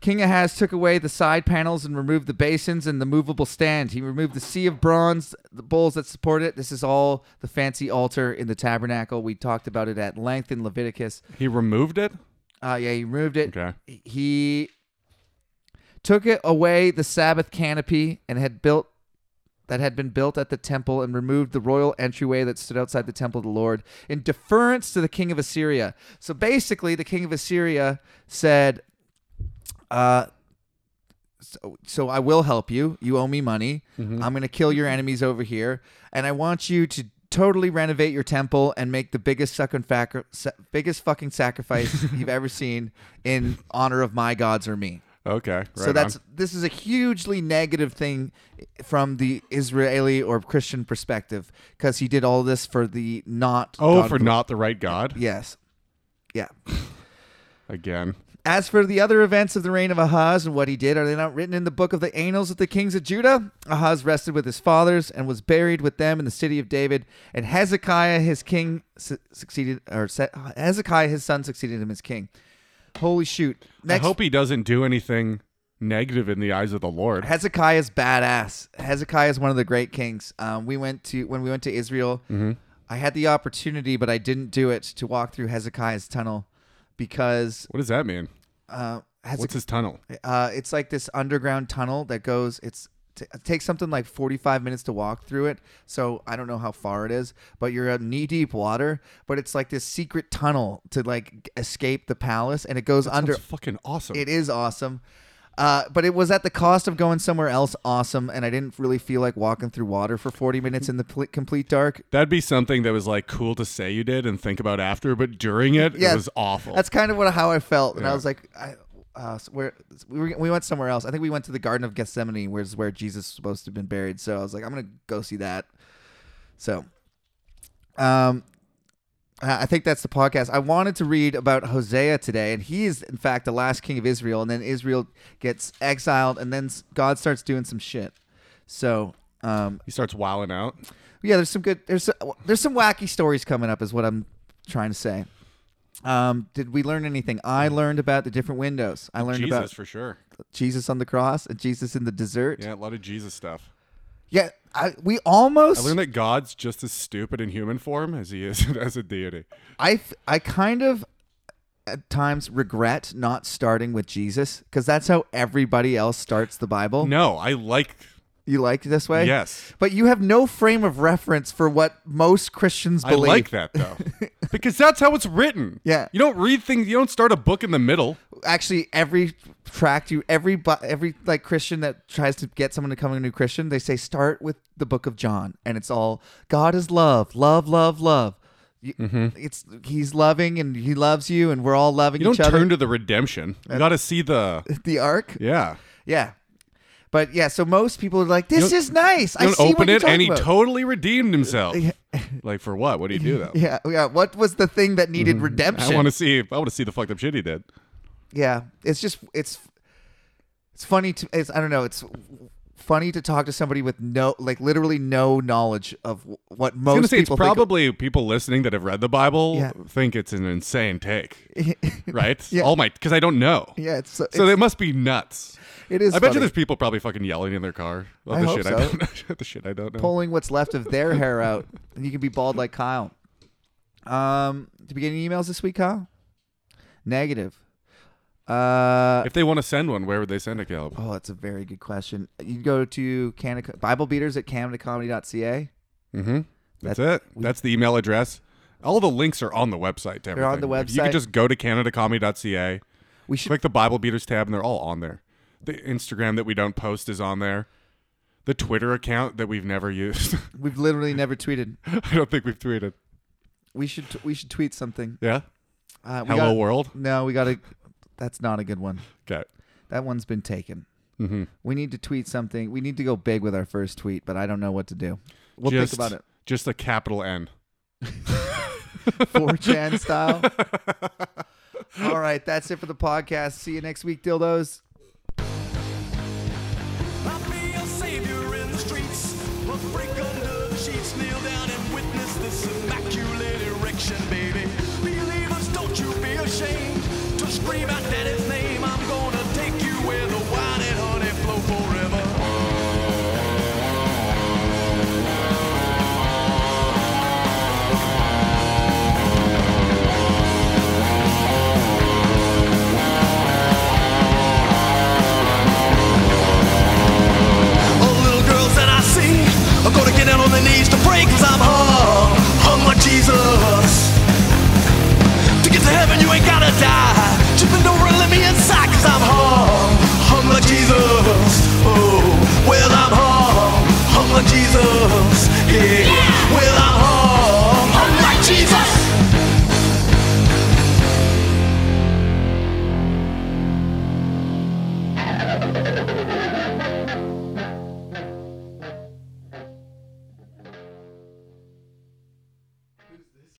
King Ahaz took away the side panels and removed the basins and the movable stand. He removed the sea of bronze, the bowls that support it. This is all the fancy altar in the tabernacle. We talked about it at length in Leviticus. He removed it? Uh, yeah, he removed it. Okay. He took it away the Sabbath canopy and had built that had been built at the temple and removed the royal entryway that stood outside the temple of the Lord in deference to the king of Assyria. So basically, the king of Assyria said, uh, so, so I will help you. You owe me money. Mm-hmm. I'm going to kill your enemies over here. And I want you to totally renovate your temple and make the biggest, sucking fac- sa- biggest fucking sacrifice you've ever seen in honor of my gods or me Okay. Right so that's on. this is a hugely negative thing from the Israeli or Christian perspective because he did all this for the not Oh, God- for not the right God? yes yeah Again. as for the other events of the reign of Ahaz and what he did, are they not written in the book of the annals of the kings of Judah? Ahaz rested with his fathers and was buried with them in the city of David. And Hezekiah, his king, su- succeeded, or se- Hezekiah, his son, succeeded him as king. Holy shoot! Next, I hope he doesn't do anything negative in the eyes of the Lord. Hezekiah's badass. Hezekiah is one of the great kings. Um, we went to when we went to Israel. Mm-hmm. I had the opportunity, but I didn't do it to walk through Hezekiah's tunnel because What does that mean? uh, What's Hezekiah, his tunnel? uh, it's like this underground tunnel that goes. It's t- it takes something like forty five minutes to walk through it. So I don't know how far it is, but you're in knee deep water. But it's like this secret tunnel to like escape the palace, and it goes under That's fucking awesome. it is awesome. Uh, but it was at the cost of going somewhere else awesome, and I didn't really feel like walking through water for 40 minutes in the pl- complete dark. That'd be something that was like cool to say you did and think about after, but during it, Yeah, it was awful. That's kind of what how I felt, and I Yeah. was like, I, uh, so where we, were, we went somewhere else. I think we went to the Garden of Gethsemane, which is where Jesus was supposed to have been buried. So I was like, I'm gonna go see that. So, um, Uh, I think that's the podcast. I wanted to read about Hosea today, and he is, in fact, the last king of Israel. And then Israel gets exiled, and then s- God starts doing some shit. So, um, He starts wowing out. yeah, there's some good, there's uh, there's some wacky stories coming up, is what I'm trying to say. Um, did we learn anything? I learned about the different windows. I learned Jesus about for sure. Jesus on the cross and Jesus in the desert. Yeah, a lot of Jesus stuff. Yeah, I, we almost. I learned that God's just as stupid in human form as he is as a deity. I f- I kind of at times regret not starting with Jesus because that's how everybody else starts the Bible. No, I like. You like it this way? Yes. But you have no frame of reference for what most Christians I believe. like that though, because that's how it's written. Yeah. you don't read things. You don't start a book in the middle. Actually, every tract you every bu- every like Christian that tries to get someone to become a new Christian, they say start with the Book of John, and it's all God is love, love, love, love. You, It's he's loving and he loves you, and we're all loving Mm-hmm. You don't each other. turn to the redemption. You got to see the the ark. yeah. Yeah. But yeah, so most people are like, "This don't- is nice." I You don't see what open you're it, and talking he about. totally redeemed himself. like for what? What do you do though? yeah, yeah. What was the thing that needed Mm-hmm. I redemption? want to see. I want to see the fucked up shit he did. yeah, it's just it's it's funny to it's I don't know it's funny to talk to somebody with no like literally no knowledge of w- what I was gonna most say it's people think of- probably people listening that have read the Bible Yeah. think it's an insane take, right? Yeah. All my because I don't know, yeah, it's so, so it's, they must be nuts. it is. I bet you funny. there's people probably fucking yelling in their car. about I the hope shit I so. don't know. the shit I don't know. pulling what's left of their hair out, and you can be bald like Kyle. Um, did we get any emails this week, Kyle? Negative. Uh, if they want to send one, where would they send it, Caleb? Oh, that's a very good question. You go to Canada, Bible Beaters at CanadaComedy.ca. Mm-hmm. That's, That's- it. That's the email address. All the links are on the website. To They're on everything. the If You website. can just go to CanadaComedy.ca, We should. click the Bible Beaters tab, and they're all on there. The Instagram that we don't post is on there. The Twitter account that we've never used. We've literally never tweeted. I don't think we've tweeted. We should. We should tweet something. Yeah. Uh, we Hello got- world. No, we got to. That's not a good one. Okay. That one's been taken. Mm-hmm. We need to tweet something. We need to go big with our first tweet, but I don't know what to do. We'll just, think about it. Just a capital N. 4chan style. All right, that's it for the podcast. See you next week, dildos. I'll be your savior in the streets. But break under the sheets, kneel down and witness this immaculate erection, baby. Believers, don't you be ashamed to scream out that is Oh,